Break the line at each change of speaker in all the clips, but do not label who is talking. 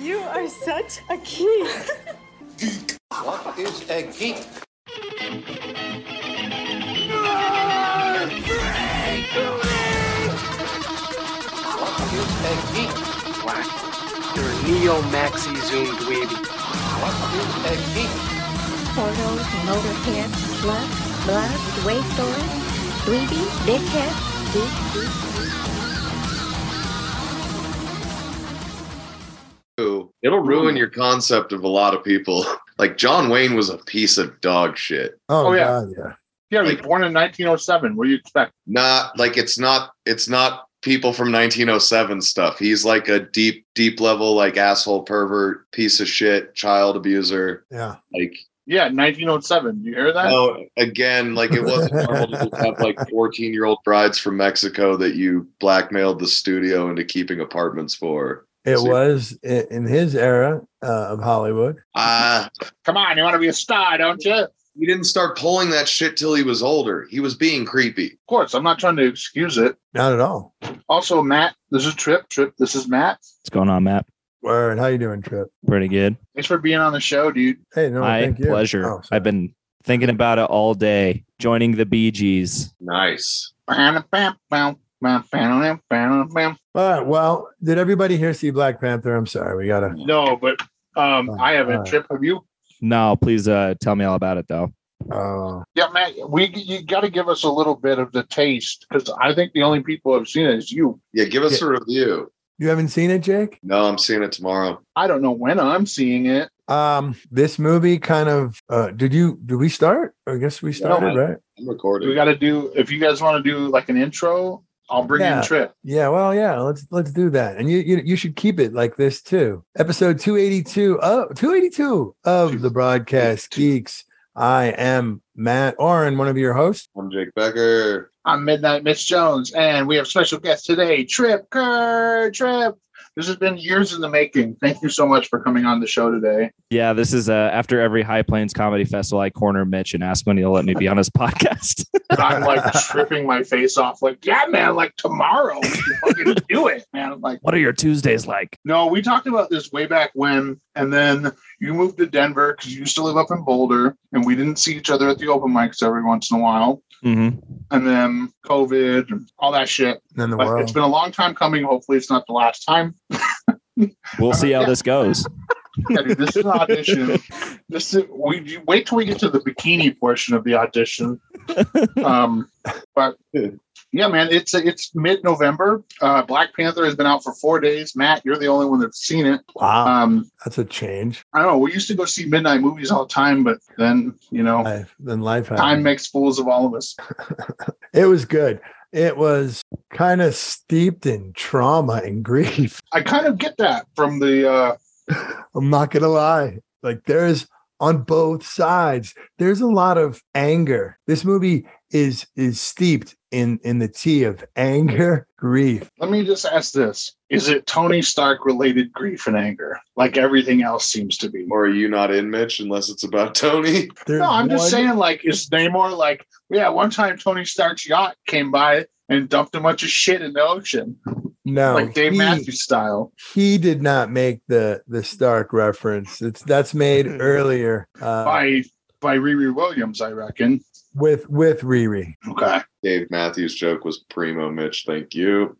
You are such a geek.
What is a geek? What is a geek?
You're a neo maxi zoom dweeby.
What is a geek?
Portals, motorhead, slut, blood, wasteland, dweeby, dickhead, geek, geek,
Ooh, It'll ruin your concept of a lot of people. Like John Wayne was a piece of dog shit.
Oh,
Oh, yeah.
God, yeah.
Yeah, he was
Like-
born in 1907. What do you expect?
Not like it's not it's not people from 1907 stuff. He's like a deep deep level like asshole pervert, piece of shit, child abuser.
Yeah.
Like
Yeah, 1907. You hear that?
oh, again, like it wasn't normal to just have like 14 year old brides from Mexico that you blackmailed the studio into keeping apartments for.
It
See-
was in, in his era uh, of Hollywood.
Ah,
Come on, you want to be a star, don't you? Of
he didn't start pulling that shit till he was older. He was being creepy.
course, I'm not trying to excuse it.
Not at all.
Also, Matt, this is Trip. Trip, this is Matt.
What's going on, Matt?
Word. How you doing, Trip?
Pretty good.
Thanks for being on the show, dude.
Hey, no,
My
thank you.
pleasure.
Oh, sorry.
I've been thinking about it all day. Joining the Bee Gees.
Nice.
No,
All right. Well, did everybody here see Black Panther? I'm sorry. We got to.
but um, I haven't.
Alright.
Trip, have you?
No, please uh, tell me all about it though.
Oh,
Yeah, Matt, we you got to give us a little bit of the taste because I think the only people who've seen it is you.
Yeah, give us a review.
you haven't seen it, Jake?
No, I'm seeing it tomorrow.
I don't know when I'm seeing it.
Um, this movie kind of uh did you did we start? I guess we started, right?
I'm
We
recording.
got to do. If you guys want to do like an intro, I'll bring
Yeah.
in Trip.
Yeah, well, yeah, let's let's do that. And you you, you should keep it like this too. Episode 282 of 282 of the broadcast geeks. I am Matt Oren, one of your hosts.
I'm Jake Becker.
I'm Midnight Miss Jones, and we have special guest today, Trip Kerr. Trip, this has been years in the making. Thank you so much for coming on the show today.
Yeah, this is uh, after every High Plains Comedy Festival, I corner Mitch and ask when he'll let me be on his podcast.
I'm like tripping my face off, like, yeah, man, like tomorrow, we can fucking do it, man. I'm like,
what are your Tuesdays like?
no, we talked about this way back when, and then you moved to Denver because you used to live up in Boulder, and we didn't see each other at the open mics every once in a while.
Mm-hmm.
And then COVID and all that shit.
And the
But
world.
it's been a long time coming. Hopefully, it's not the last time.
We'll see how this goes.
Yeah, dude, this is an audition. This is we you wait till we get to the bikini portion of the audition. Um, but yeah, man, it's it's mid November. Uh, Black Panther has been out for four days. Matt, you're the only one that's seen it.
wow,
Um,
that's a change.
I don't know. We used to go see midnight movies all the time, but then you know,
Life, then life
time
happened.
makes fools of all of us.
It was good. It was kind of steeped in trauma and grief.
I kind of get that from the uh,
I'm not gonna lie. Like there's on both sides, there's a lot of anger. This movie is is steeped in in the tea of anger, grief.
Let me just ask this: Is it Tony Stark related grief and anger, like everything else seems to be?
Or are you not in, Mitch, unless it's about Tony?
There's
No, I'm just
one-
saying, like, is Namor like, yeah, one time Tony Stark's yacht came by and dumped a bunch of shit in the ocean,
No,
like Dave
he,
Matthews style.
He did not make the the Stark reference. It's that's made earlier uh,
by by Riri Williams, I reckon.
with with Riri.
Okay.
Dave Matthews' joke was primo, Mitch. Thank you.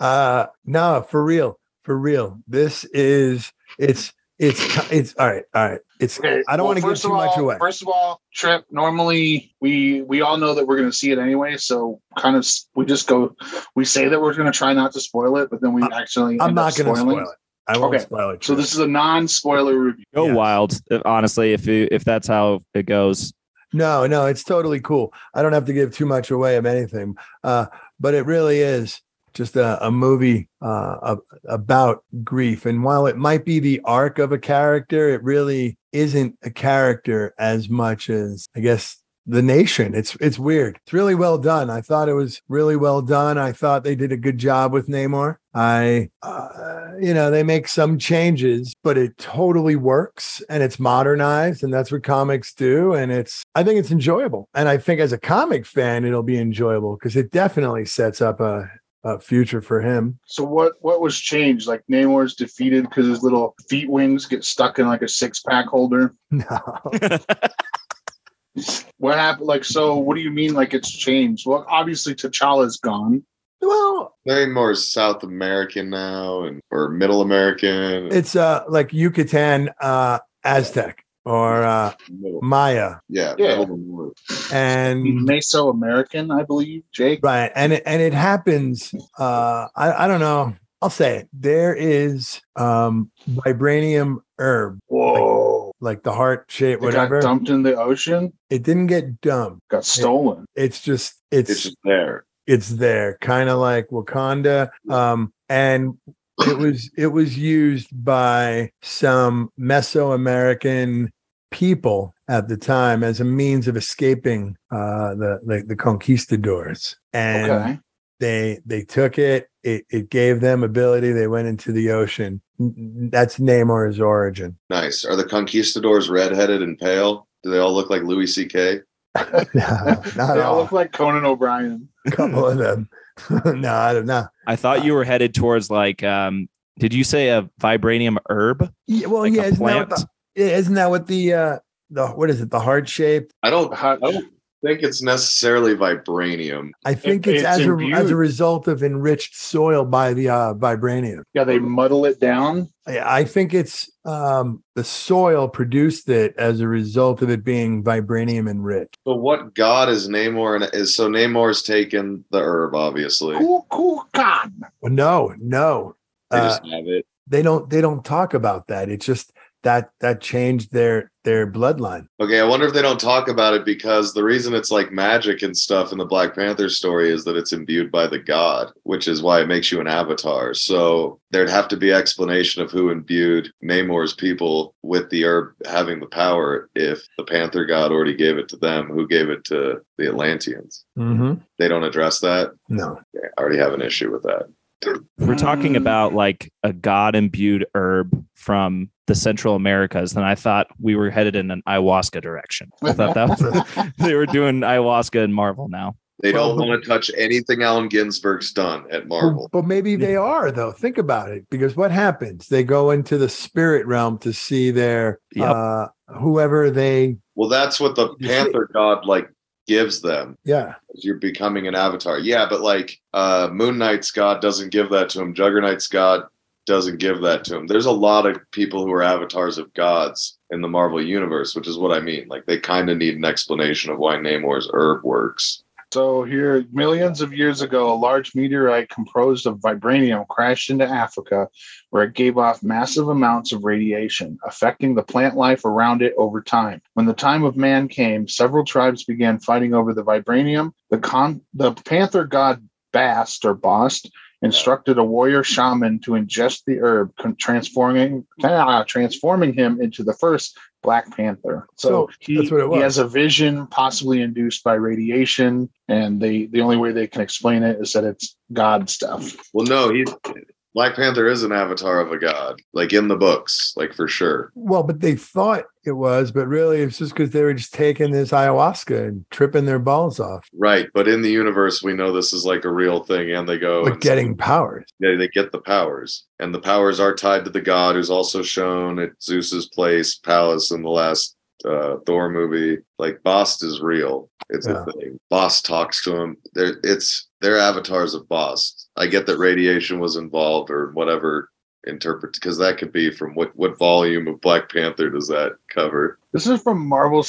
Uh no, for real, for real. This is it's it's it's all right, all right. It's
Okay,
I don't
well,
want to give
first
too
of
much
all-
away.
First of all, Trip. Normally, we we all know that we're going to see it anyway, so kind of s- we just go, we say that we're going to try not to spoil it, but then we
I-
actually
I'm
end up
not going to
spoiling.
spoil it. I won't
Okay,
spoil it.
So this is a non-spoiler review.
Go
Yes.
wild, honestly. If you, if that's how it goes,
No, no, it's totally cool. I don't have to give too much away of anything, uh, but it really is just a, a movie uh, ab- about grief. And while it might be the arc of a character, it really isn't a character as much as I guess the nation. It's it's weird. It's really well done. I thought it was really well done. I thought they did a good job with Namor. I, uh, you know, they make some changes, but it totally works and it's modernized, and that's what comics do. And it's, I think it's enjoyable, and I think as a comic fan, it'll be enjoyable because it definitely sets up a uh, future for him.
So what what was changed? Like Namor's defeated because his little feet wings get stuck in like a six pack holder.
No.
What happened? Like so, what do you mean? Like it's changed? Well, obviously T'Challa's gone.
Well,
Namor is South American now, and or Middle American.
it's uh like Yucatan uh Aztec or uh
middle,
Maya
yeah,
Yeah.
Middle America.
and
Mesoamerican, I believe. Jake.
Mm-hmm. Right. And it, and it happens. Uh, I, I don't know. I'll say it. There is um, vibranium herb,
Whoa!
like the heart shape,
It got
whatever.
dumped in the ocean.
It didn't get dumped.
Got stolen.
It's just
It's
it's it's,
just there.
there, kind of like Wakanda. Um, and it was it was used by some Mesoamerican people at the time as a means of escaping uh, the, the the conquistadors. And
Okay.
they they took it it it gave them ability they went into the ocean N- n- that's namor's origin
Nice. Are the conquistadors redheaded and pale? Do they all look like Louis C.K.?
not
they all
all.
look like Conan O'Brien.
a couple of them no i don't know
I thought you were headed towards like um did you say a vibranium herb?
yeah, well
Like
Oh, yeah
a
isn't that, what
plant?
the, yeah, isn't that what the uh the what is it the heart shape
I don't. I
Hot-
Oh.
don't think it's necessarily vibranium.
i think
It-
it's,
it's
as a,
imbued.
as a result of enriched soil by the uh vibranium
Yeah, they muddle it down.
I I think it's um, the soil produced it as a result of it being vibranium enriched.
So what god is Namor? And is so Namor's taken the herb, obviously.
Cool, cool, con.
No, no.
They
Uh,
just have it.
they don't they don't talk about that it's just that that changed their their bloodline
Okay, I wonder if they don't talk about it because the reason it's like magic and stuff in the Black Panther story is that it's imbued by the god, which is why it makes you an avatar. So there'd have to be explanation of who imbued Namor's people with the herb having the power if the Panther god already gave it to them, who gave it to the Atlanteans.
mm-hmm.
They don't address that.
no
Okay, I already have an issue with that.
We're talking
Mm.
about like a god imbued herb from the Central Americas. Then I thought we were headed in an ayahuasca direction. I thought that was they were doing ayahuasca in Marvel now.
They don't
Well,
want to touch anything Allen Ginsberg's done at Marvel.
but maybe they are though think about it because what happens they go into the spirit realm to see their
Yep.
uh whoever they
Well, that's what the
You see-
Panther God like gives them.
yeah
is You're becoming an avatar. Yeah, but like uh Moon Knight's God doesn't give that to him. Juggernaut's God doesn't give that to him. There's a lot of people who are avatars of gods in the Marvel universe, which is what I mean. Like they kind of need an explanation of why Namor's herb works.
So here, millions of years ago, a large meteorite composed of vibranium crashed into Africa, where it gave off massive amounts of radiation, affecting the plant life around it over time. When the time of man came, several tribes began fighting over the vibranium. The con- the panther god Bast or Bost instructed a warrior shaman to ingest the herb, con- transforming ah, transforming him into the first Black Panther. So,
So,
he,
that's what it
he
was.
has a vision possibly induced by radiation, and they the only way they can explain it is that it's God stuff.
Well, no, he Black Panther is an avatar of a god, like in the books, like for sure.
well but they thought it was but really it's just because they were just taking this ayahuasca and tripping their balls off
Right, but in the universe, we know this is like a real thing, and they go
but
and-
getting powers
they, they get the powers and the powers are tied to the god who's also shown at zeus's place palace in the last uh, thor movie like boss is real it's
Yeah.
a thing boss talks to him they're it's they're avatars of boss i get that radiation was involved or whatever interpret because that could be from what what volume of black panther does that cover
This is from Marvel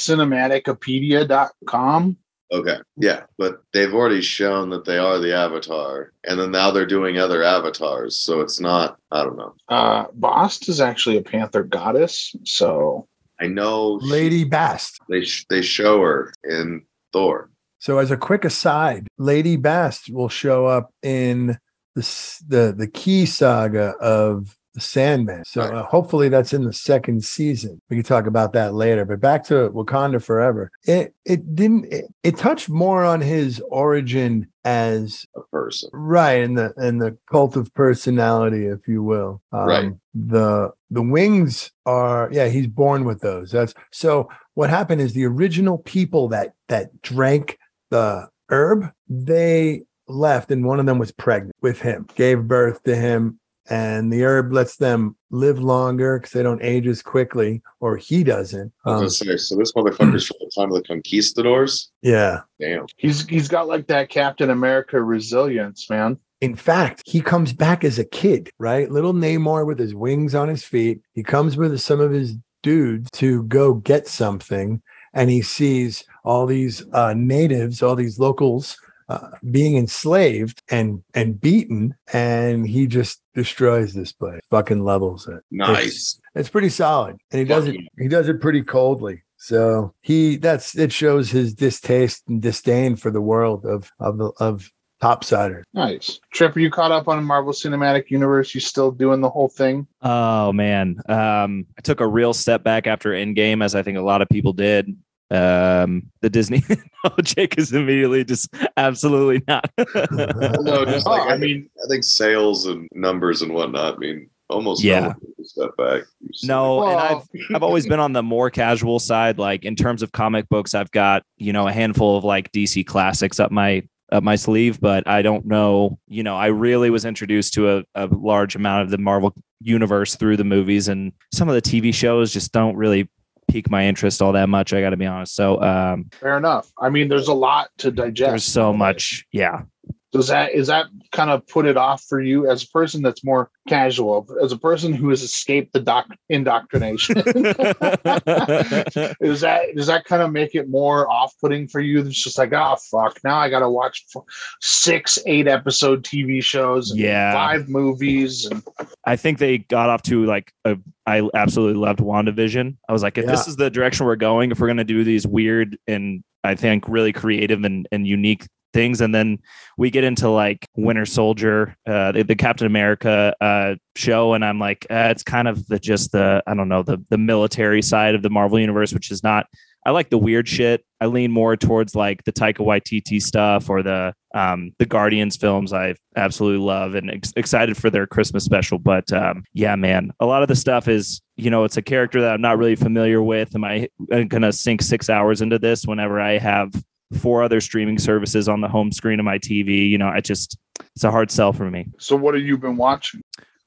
Cinematicopedia.com.
okay yeah but they've already shown that they are the avatar and then now they're doing other avatars so it's not i don't know
Uh, Bost is actually a panther goddess, so
i know she-
lady bast
they sh- they show her in Thor.
So, as a quick aside, Lady Bast will show up in the s- the the key saga of the Sandman. So, uh, hopefully, that's in the second season. We can talk about that later. But back to Wakanda Forever. It it didn't it, it touched more on his origin as
A person.
right in the in the cult of personality, if you will. Um,
Right.
The the wings are yeah. He's born with those. That's so. What happened is the original people that that drank the herb they left, and one of them was pregnant with him, gave birth to him. And the herb lets them live longer because they don't age as quickly, or he doesn't.
I
Um,
was gonna say, so this motherfucker's from the time of the conquistadors.
yeah.
Damn.
He's he's got like that Captain America resilience, man.
In fact, he comes back as a kid, right? Little Namor with his wings on his feet. He comes with some of his dudes to go get something, and he sees all these uh, natives, all these locals uh, being enslaved and and beaten, and he just destroys this place. Fucking levels it.
Nice.
It's pretty solid, and he does
Fuck
it. He does it pretty coldly. So he that's it shows his distaste and disdain for the world of of the of topsiders.
Nice. Trip, are you caught up on Marvel Cinematic Universe? You still doing the whole thing?
Oh man, um, I took a real step back after Endgame, as I think a lot of people did. Um, the Disney. oh, Jake is immediately just absolutely not.
No, just like
Oh,
I, mean, I think sales and numbers and whatnot mean almost
Yeah.
no one took a step back. You see.
no, Oh, and I've
Well,
I've always been on the more casual side. Like in terms of comic books, I've got you know a handful of like DC classics up my up my sleeve, but I don't know. You know, I really was introduced to a, a large amount of the Marvel universe through the movies, and some of the TV shows just don't really pique my interest all that much. I got to be honest. So um,
fair enough. I mean, there's a lot to digest.
there's so much. Yeah,
Does that is that kind of put it off for you as a person that's more casual, as a person who has escaped the doc indoctrination? is that does that kind of make it more off-putting for you? It's just like, oh fuck, now I got to watch f- six, eight episode TV shows, and
Yeah.
five movies, and
I think they got off to like a, I absolutely loved WandaVision. I was like, if this is the direction we're going, if we're gonna do these weird and I think really creative and, and unique things, and then we get into like Winter Soldier, uh, the, the Captain America uh, show, and I'm like, uh, it's kind of the just the I don't know the the military side of the Marvel universe, which is not. I like the weird shit. I lean more towards like the Taika Waititi stuff or the um, the Guardians films. I absolutely love and ex- excited for their Christmas special. But um, yeah, man, a lot of the stuff is you know it's a character that I'm not really familiar with. Am I I'm gonna sink six hours into this whenever I have four other streaming services on the home screen of my TV? You know, I just it's a hard sell for me.
so what have you been watching?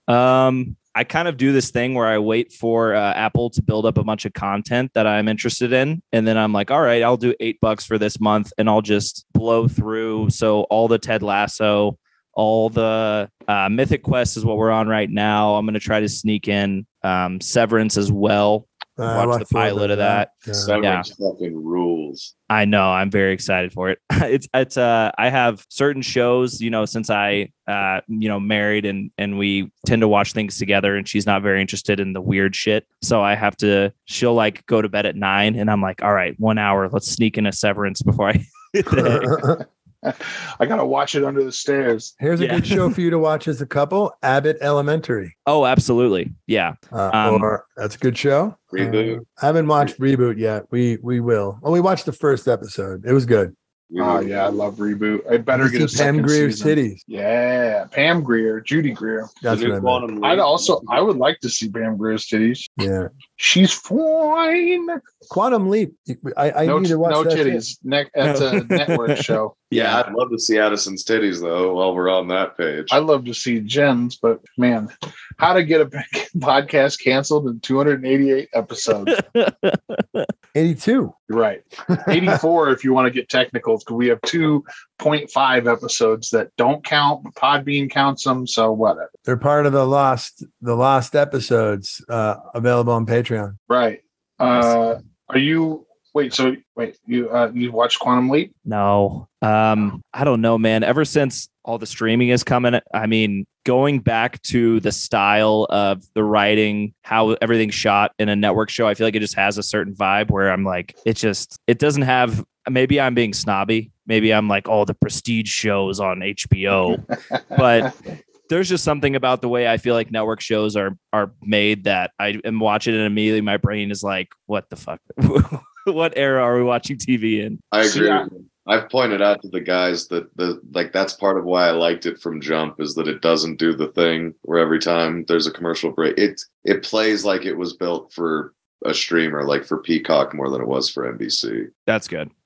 Um, I kind of do this thing where I wait for uh, Apple to build up a bunch of content that I'm interested in, and then I'm like, all right, I'll do eight bucks for this month, and I'll just blow through. So all the Ted Lasso, all the uh, Mythic Quest is what we're on right now. I'm gonna try to sneak in um, Severance as well.
Ah, I
Watch
watched
the
a little
pilot
bit
of that.
Yeah.
Severance fucking rules.
I know. I'm very excited for it. it's it's uh I have certain shows, you know, since I uh you know married and and we tend to watch things together and she's not very interested in the weird shit. So I have to she'll like go to bed at 9 and I'm like, "All right, 1 hour, let's sneak in a severance before I hit the hay."
I gotta watch it under the stairs.
Here's a
Yeah.
good show for you to watch as a couple: Abbott Elementary.
Oh, absolutely. Yeah.
Uh,
Um,
or that's a good show.
Reboot.
Uh, I haven't watched Reboot yet. We we will. Well, we watched the first episode. It was good.
We
Oh
were-
yeah, I love reboot. I better
You
get a
see Pam
second
Greer's
season.
titties.
Yeah, Pam Greer, Judy Greer.
the
That's
new
what I meant.
Quantum Leap.
I'd also I would like to see Pam Greer's titties.
Yeah,
She's fine.
Quantum Leap. I, I
no
need to watch
no
that shit.
titties. Ne- that's a network show.
Yeah, I'd love to see Addison's titties though. While we're on that page,
I love to see Jen's, but man, how to get a podcast canceled in 288 episodes.
Eighty-two.
You're right. 84 if you want to get technical, because we have 2.5 episodes that don't count. but Podbean counts them, so whatever.
They're part of the lost the lost episodes uh, available on Patreon.
Right. Uh, are you wait, so wait, you uh, you watch Quantum Leap?
No. Um, I don't know, man. Ever since all the streaming is coming, I mean, going back to the style of the writing, how everything's shot in a network show, I feel like it just has a certain vibe where I'm like, it just it doesn't have maybe I'm being snobby. Maybe I'm like, oh, the prestige shows on HBO. But there's just something about the way I feel like network shows are are made that I am watching and immediately my brain is like, what the fuck? what era are we watching TV in?
I
See,
agree.
I-
with you. I've pointed out to the guys that the like that's part of why I liked it from jump is that it doesn't do the thing where every time there's a commercial break, it it plays like it was built for a streamer, like for Peacock more than it was for NBC.
That's good.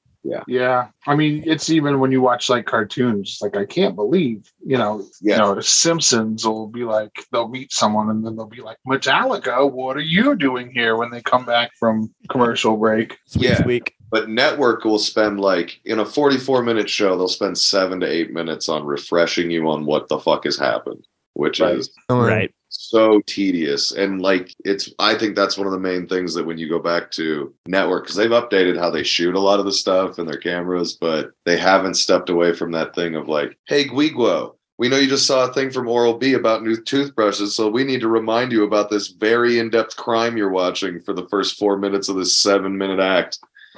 Yeah, I mean, it's even when you watch like cartoons, it's like I can't believe, you know,
Yeah.
you know, Simpsons will be like they'll meet someone and then they'll be like, Metallica, what are you doing here? When they come back from commercial break,
Sweet
Yeah.
week.
But network will spend like in a 44 minute show, they'll spend seven to eight minutes on refreshing you on what the fuck has happened, which
Right.
is
Right.
so tedious. And like it's I think that's one of the main things that when you go back to network, because they've updated how they shoot a lot of the stuff and their cameras, but they haven't stepped away from that thing of like, hey Guiguo. We know you just saw a thing from Oral B about new toothbrushes, so we need to remind you about this very in-depth crime you're watching for the first four minutes of this seven-minute act.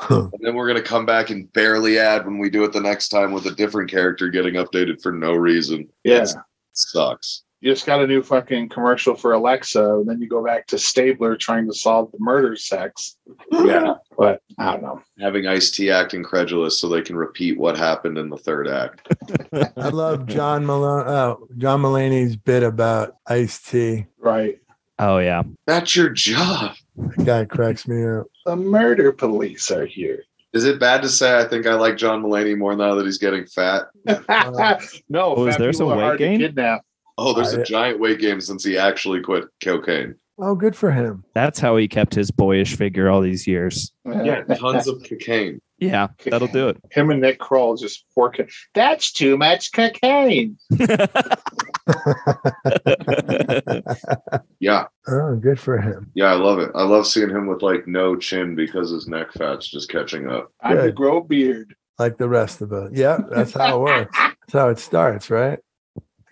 And then we're going to come back and barely add when we do it the next time with a different character getting updated for no reason.
Yeah.
It sucks.
you just got a new fucking commercial for Alexa, and then you go back to Stabler trying to solve the murder sex.
Yeah.
But I don't know.
Having Ice T act incredulous so they can repeat what happened in the third act.
I love John Malone. Uh, John Mulaney's bit about Ice T.
Right.
Oh yeah.
That's your job.
That guy cracks me up.
The murder police are here.
Is it bad to say I think I like John Mulaney more now that he's getting fat?
Uh, no,
Oh, is
fat
there
people
some
are
weight
hard to
gain?
Kidnap.
Oh, there's
I-
a giant weight gain since he actually quit cocaine.
Oh, good for him.
That's how he kept his boyish figure all these years.
Yeah, tons of cocaine.
Yeah, that'll do it.
him and Nick Kroll just working. That's too much cocaine.
Yeah,
Oh, good for him.
yeah, I love it. I love seeing him with like no chin because his neck fat's just catching up.
I'm to
Good.
grow a beard.
Like the rest of us. Yeah, that's how it works. That's how it starts, right?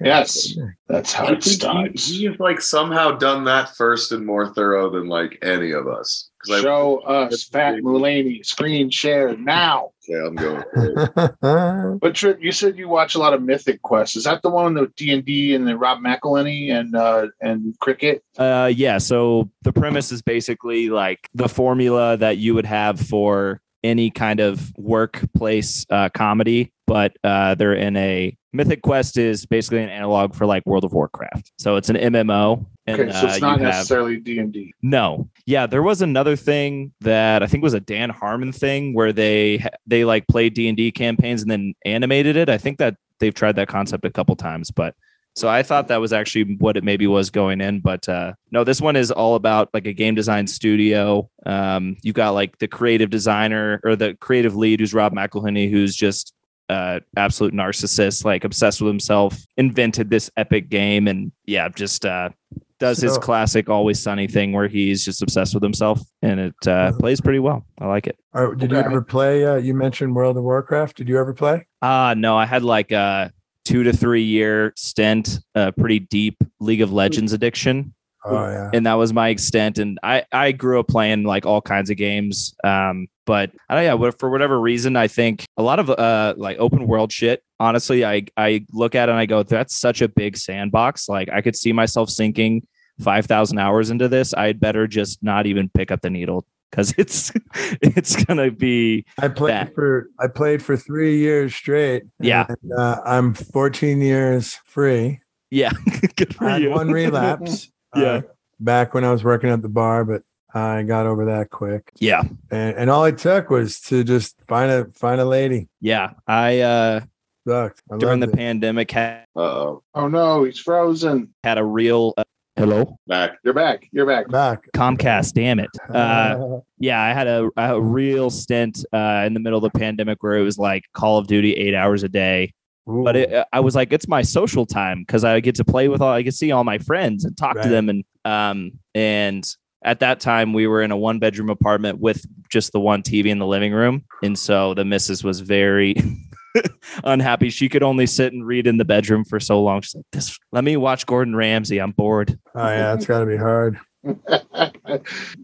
Yes, that's how
I think
it
He,
starts.
he has like somehow done that first and more thorough than like any of us. 'Cause I-
Show us Fat Mulaney. Screen share now.
okay, I'm going.
But Trip, you said you watch a lot of Mythic Quest. Is that the one with D and D and then Rob McElhenney and uh, and Cricket?
Uh, yeah. So the premise is basically like the formula that you would have for any kind of workplace uh, comedy, but uh, they're in a Mythic Quest is basically an analog for like World of Warcraft. So it's an MMO. And,
okay, so
uh,
it's not
you have-
necessarily D and D.
No. Yeah, there was another thing that I think was a Dan Harmon thing where they they like played D&D campaigns and then animated it. I think that they've tried that concept a couple times, but so I thought that was actually what it maybe was going in, but uh, no, this one is all about like a game design studio. Um, you've got like the creative designer or the creative lead, who's Rob McElhenney, who's just uh, absolute narcissist, like obsessed with himself. Invented this epic game, and yeah, just uh, does his
So-
classic "Always Sunny" thing where he's just obsessed with himself, and it uh, plays pretty well. I like it.
Or did you
Okay.
ever play? Uh, you mentioned World of Warcraft. Did you ever play?
Uh no, I had like a two to three year stint, a pretty deep League of Legends addiction.
Oh yeah.
and that was my extent. And I I grew up playing like all kinds of games. Um, but I don't know, yeah, what- for whatever reason, I think a lot of uh like open world shit. Honestly, I I look at it and I go, that's such a big sandbox. Like I could see myself sinking five thousand hours into this. I'd better just not even pick up the needle because it's it's gonna be
I played
that.
for I played for three years straight.
Yeah.
And, uh, I'm 14 years free.
yeah. Good for
I had
you.
one relapse. uh,
Yeah.
back when I was working at the bar, but I got over that quick.
Yeah.
And and all it took was to just find a find a lady.
Yeah. I uh
Sucked. I
during the
loved it.
pandemic had,
Uh oh,
Oh no, he's frozen.
had a real uh, hello
back.
You're back. You're back.
back.
Comcast, damn it. Uh yeah, I had a, a real stint uh, in the middle of the pandemic where it was like Call of Duty eight hours a day.
Ooh.
But it, uh, I was like, it's my social time because I get to play with all, I get to see all my friends and talk
Right.
to them. And um, and at that time we were in a one bedroom apartment with just the one TV in the living room, and so the missus was very. unhappy she could only sit and read in the bedroom for so long she's like this let me watch gordon ramsay i'm bored
oh yeah, it's gotta be hard.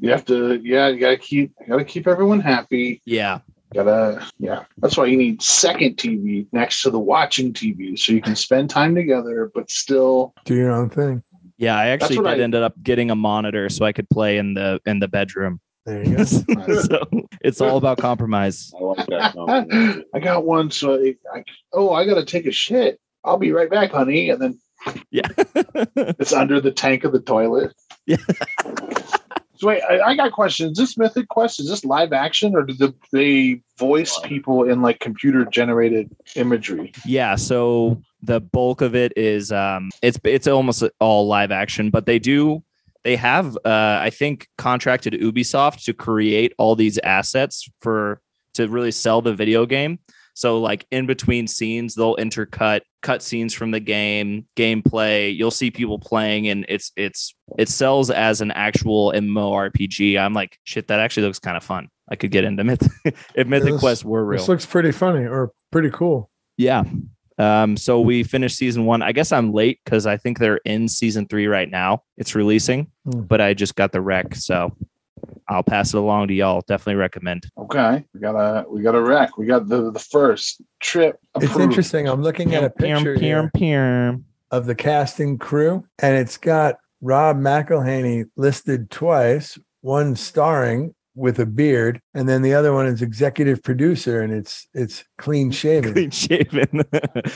you have to. Yeah, you gotta keep. Gotta keep everyone happy.
yeah
Gotta. Yeah, that's why you need second TV next to the watching TV, so you can spend time together, but still.
Do your own thing.
yeah i actually
what
did
I-
ended up getting a monitor so i could play in the in the bedroom
There you go.
so it's all about compromise.
I like that. compliment.
I got one, so I, I. Oh, I gotta take a shit. I'll be right back, honey. And then
Yeah.
it's under the tank of the toilet. So wait, I, I got questions. Is this Mythic Quest is this live action or do the, they voice people in like computer generated imagery?
Yeah, so the bulk of it is um it's it's almost all live action, but they do they have uh I think contracted Ubisoft to create all these assets for to really sell the video game. So like in between scenes, they'll intercut cut scenes from the game, gameplay. You'll see people playing, and it's it's it sells as an actual MMORPG. I'm like, shit, that actually looks kind of fun. I could get into Myth if Mythic
this-
Quest were real.
This looks pretty funny or pretty cool.
Yeah. Um, so we finished season one. I guess I'm late because I think they're in season three right now. It's releasing,
Hmm.
but I just got the rec, so I'll pass it along to y'all. Definitely recommend.
Okay, we got a we got a wreck. We got the the first trip.
It's
approved.
interesting. I'm looking at a picture here of the casting crew, and it's got Rob McElhaney listed twice, one starring with a beard, and then the other one is executive producer, and it's it's clean shaven.
Clean shaven.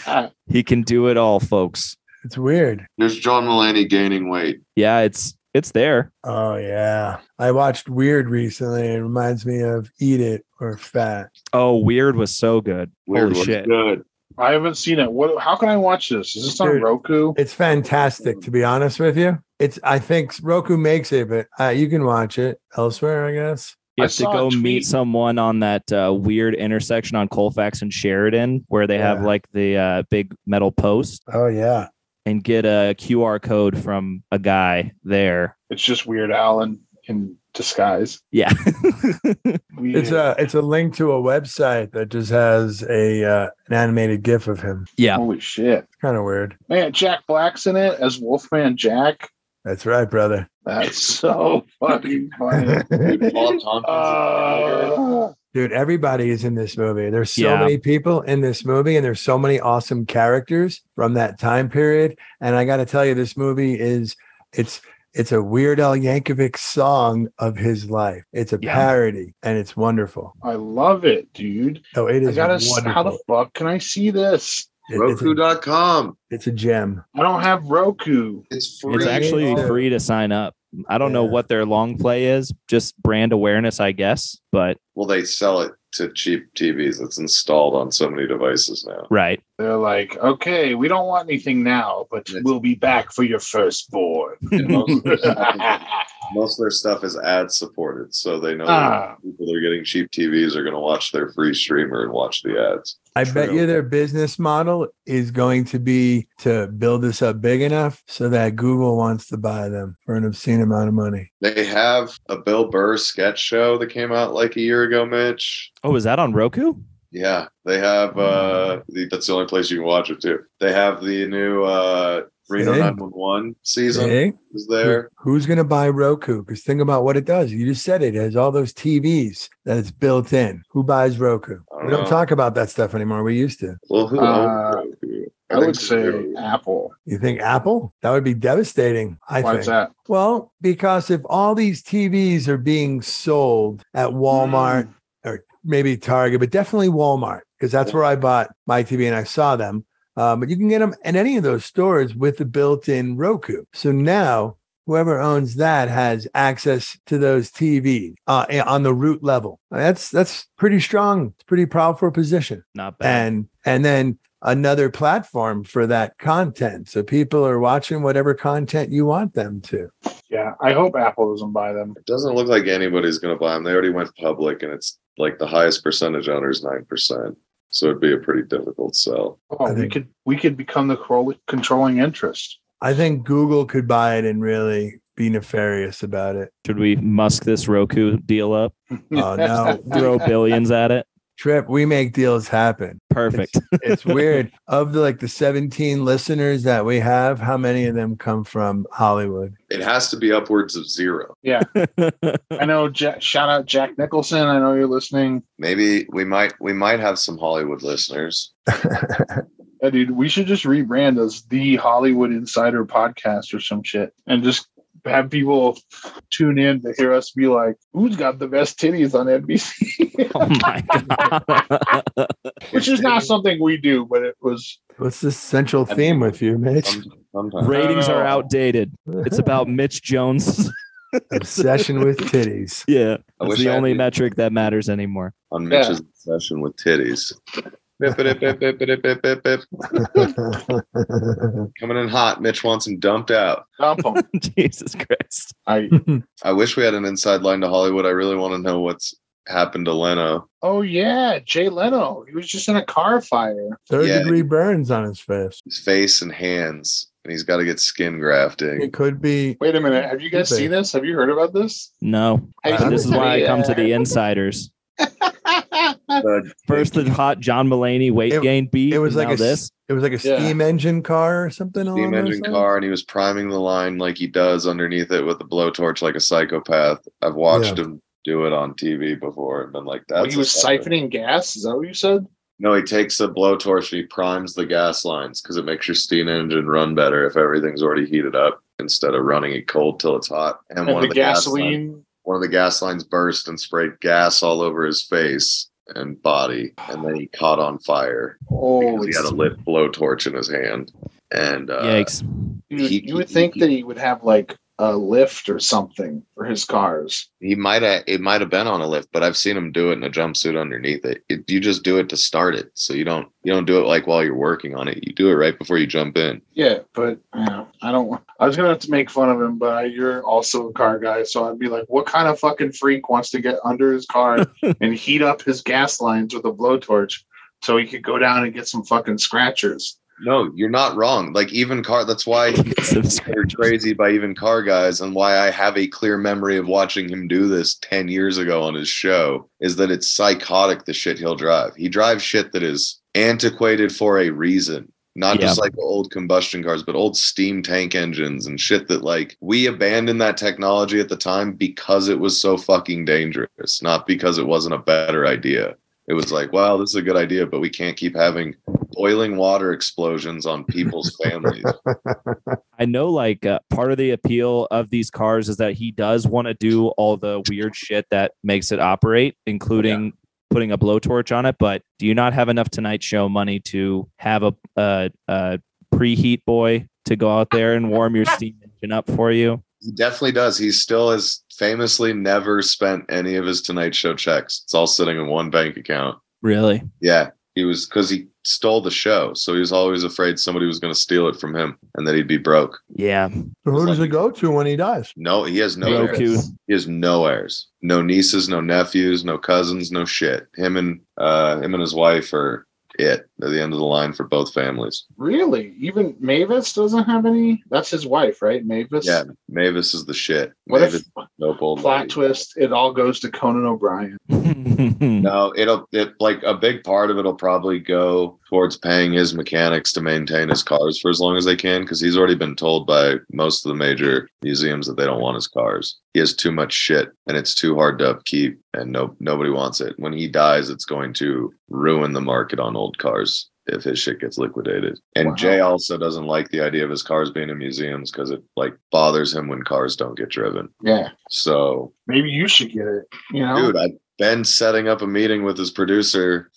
Ah.
he can do it all, folks.
It's weird.
There's John Mulaney gaining weight.
Yeah, it's it's there.
Oh yeah. I watched Weird recently. It reminds me of Eat It or Fat.
Oh, weird was so good.
Weird
Holy
was
shit.
Good.
I haven't seen it. What? How can I watch this? Is this on
Dude.
Roku?
It's fantastic, to be honest with you. It's I think Roku makes it, but uh, you can watch it elsewhere, I guess.
You
I
have to
saw a
go
tweet.
meet someone on that uh, weird intersection on Colfax and Sheridan where they have
Yeah.
like the uh, big metal post.
Oh yeah,
and get a QR code from a guy there.
It's just Weird Allen in disguise.
Yeah.
Weird.
it's uh, a it's a link to a website that just has a uh, an animated GIF of him.
yeah.
holy shit,
It's kind of weird.
man! Jack Black's in it as Wolfman Jack.
That's right, brother.
That's so fucking funny.
Dude, Paul Tompkins.
Uh,
Dude, everybody is in this movie. There's so
Yeah.
many people in this movie, and there's so many awesome characters from that time period. And I got to tell you, this movie is it's it's a Weird Al Yankovic song of his life. It's a
Yeah.
parody, and it's wonderful.
I love it, dude.
Oh, it
I
is
gotta. s- How the
wonderful.
fuck can I see this?
It- it's, a,
Roku.com.
it's a gem.
I don't have Roku.
It's free.
It's actually
Oh.
free to sign up. I don't know
Yeah.
what their long play is, just brand awareness, I guess. But
Well, they sell it to cheap TVs. It's installed on so many devices now.
right.
They're like, okay, we don't want anything now, but we'll be back for your firstborn.
And most, of their stuff,
ah,
most of their stuff is ad supported, so they know that people that are getting cheap TVs are going to watch their free streamer and watch the ads.
I bet
True.
you their business model is going to be to build this up big enough so that Google wants to buy them for an obscene amount of money.
They have a Bill Burr sketch show that came out like a year ago, Mitch.
Oh, is that on Roku?
Yeah, they have. uh the, That's the only place you can watch it too. They have the new uh Reno
Hey.
nine one one season
Eh?
is there.
Who's going to buy Roku? Because think about what it does. You just said it, it has all those TVs that it's built in. Who buys
I
Roku?
don't
we don't
know.
talk about that stuff anymore. We used to.
Well, who?
Uh,
owns Roku?
I would
think
say
Roku.
Apple.
You think Apple? That would be devastating. I
Why
think.
is that?
Well, because if all these TVs are being sold at Walmart or maybe Target, but definitely Walmart, because that's where I bought my TV and I saw them. Uh, but you can get them at any of those stores with the built in Roku. So now whoever owns that has access to those TV uh, a- on the root level. That's that's pretty strong. It's a pretty powerful position
Not bad.
and and then another platform for that content so people are watching whatever content you want them to
Yeah, I hope Apple doesn't buy them.
It doesn't look like anybody's going to buy them. They already went public, and it's like the highest percentage owner is nine percent. So it'd be a pretty difficult sell.
Oh,
I
we
think-
could we could become the cro- controlling interest.
i think google could buy it and really be nefarious about it
Should we musk this Roku deal up?
Oh, no.
Throw billions at it?
trip we make deals happen
Perfect.
it's weird of the, like the 17 listeners that we have how many of them come from hollywood
It has to be upwards of zero.
Oh
I know. Jack, shout out Jack Nicholson. I know you're listening,
Maybe we might we might have some Hollywood listeners.
Yeah, Uh, dude. We should just rebrand as the Hollywood Insider Podcast or some shit, and just have people tune in to hear us be like, "Who's got the best titties on NBC?"
oh my god.
Which is not something we do, but it was
what's the central
um,
theme with you mitch
Some- Sometimes
Ratings are
know.
outdated. It's about Mitch Jones
Obsession with titties.
Yeah,
I
it's
wish
the
I had
only
the-
metric that matters anymore.
on Mitch's obsession with titties. Bip, bip, bip, bip, bip, bip, bip, bip. Coming in hot. Mitch wants him dumped out.
Dump 'em.
Jesus Christ.
I
I wish we had an inside line to Hollywood. I really want to know what's happened to Leno.
oh yeah, Jay Leno. He was just in a car fire.
Third
Yeah.
degree burns on his face.
His face and hands, and he's got to get skin grafting.
It could be.
Wait a minute. Have you guys
Okay.
seen this? Have you heard about this?
No,
I
Uh,
this is why I come to the insiders.
The-
First, the hot John Mulaney weight
It-
gain beat.
It was
and
like
now
a
this.
this. It was like a
Yeah.
steam engine car or something. along
steam
those
engine
lines?
car, and he was priming the line like he does underneath it with a blowtorch, like a psychopath. I've watched him do it on TV before and been like, "That's."
Well, he was
effective.
siphoning gas. Is that what you said?
No, he takes a blowtorch and he primes the gas lines because it makes your steam engine run better if everything's already heated up instead of running it cold till it's hot. And,
And
one
the,
of the Gas line,
gasoline.
one of the gas lines burst and sprayed gas all over his face and body, and then he caught on fire because
Oh,
he had a lit blowtorch in his hand. And uh,
Yikes.
you,
He-
you would
he-
think
he-
that he would have like a lift or something for his cars.
he might have it might have been on a lift, but I've seen him do it in a jumpsuit underneath it. it. You just do it to start it, so you don't you don't do it like while you're working on it. You do it right before you jump in.
Yeah, but you know, I don't. want- I was gonna have to make fun of him, but I- you're also a car guy, so I'd be like, "What kind of fucking freak wants to get under his car and heat up his gas lines with a blowtorch so he could go down and get some fucking scratchers?"
No, you're not wrong. Like even car, that's why he's considered crazy by even car guys, and why I have a clear memory of watching him do this ten years ago on his show is that it's psychotic the shit he'll drive. He drives shit that is antiquated for a reason. Not just like old combustion cars, but old steam tank engines and shit that like we abandoned that technology at the time because it was so fucking dangerous, not because it wasn't a better idea. It was like, wow, this is a good idea, but we can't keep having boiling water explosions on people's families.
I know like uh, part of the appeal of these cars is that he does want to do all the weird shit that makes it operate, including putting a blowtorch on it. But do you not have enough Tonight Show money to have a, a, a preheat boy to go out there and warm your steam engine up for you?
He definitely does. He still has famously never spent any of his Tonight Show checks. It's all sitting in one bank account.
Really?
Yeah. He was because he stole the show. So he was always afraid somebody was going to steal it from him and that he'd be broke.
Yeah.
So who does it go to when he dies?
No, he has no heirs.
Broke.
Roku.
He has no heirs. No nieces, no nephews, no cousins, no shit. Him and uh him and his wife are it. They're the end of the line for both families.
Really? Even Mavis doesn't have any. That's his wife, right? Mavis.
Yeah. Mavis is the shit.
What
Mavis
if
is no old
plot
lady.
twist? It all goes to Conan O'Brien.
No, it'll it like a big part of it'll probably go towards paying his mechanics to maintain his cars for as long as they can because he's already been told by most of the major museums that they don't want his cars. He has too much shit and it's too hard to upkeep and no nobody wants it. When he dies, it's going to ruin the market on old cars if his shit gets liquidated. And
Wow.
Jay also doesn't like the idea of his cars being in museums because it like bothers him when cars don't get driven.
Yeah.
So
Maybe you should get it. You know.
Dude, I've been setting up a meeting with his producer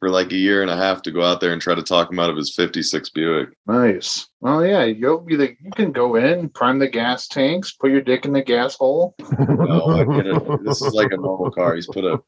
for like a year and a half to go out there and try to talk him out of his 56 Buick.
Nice. Well, yeah, you'll be the. You can go in, prime the gas tanks, put your dick in the gas hole.
No, I get it. this is like a normal car. He's put a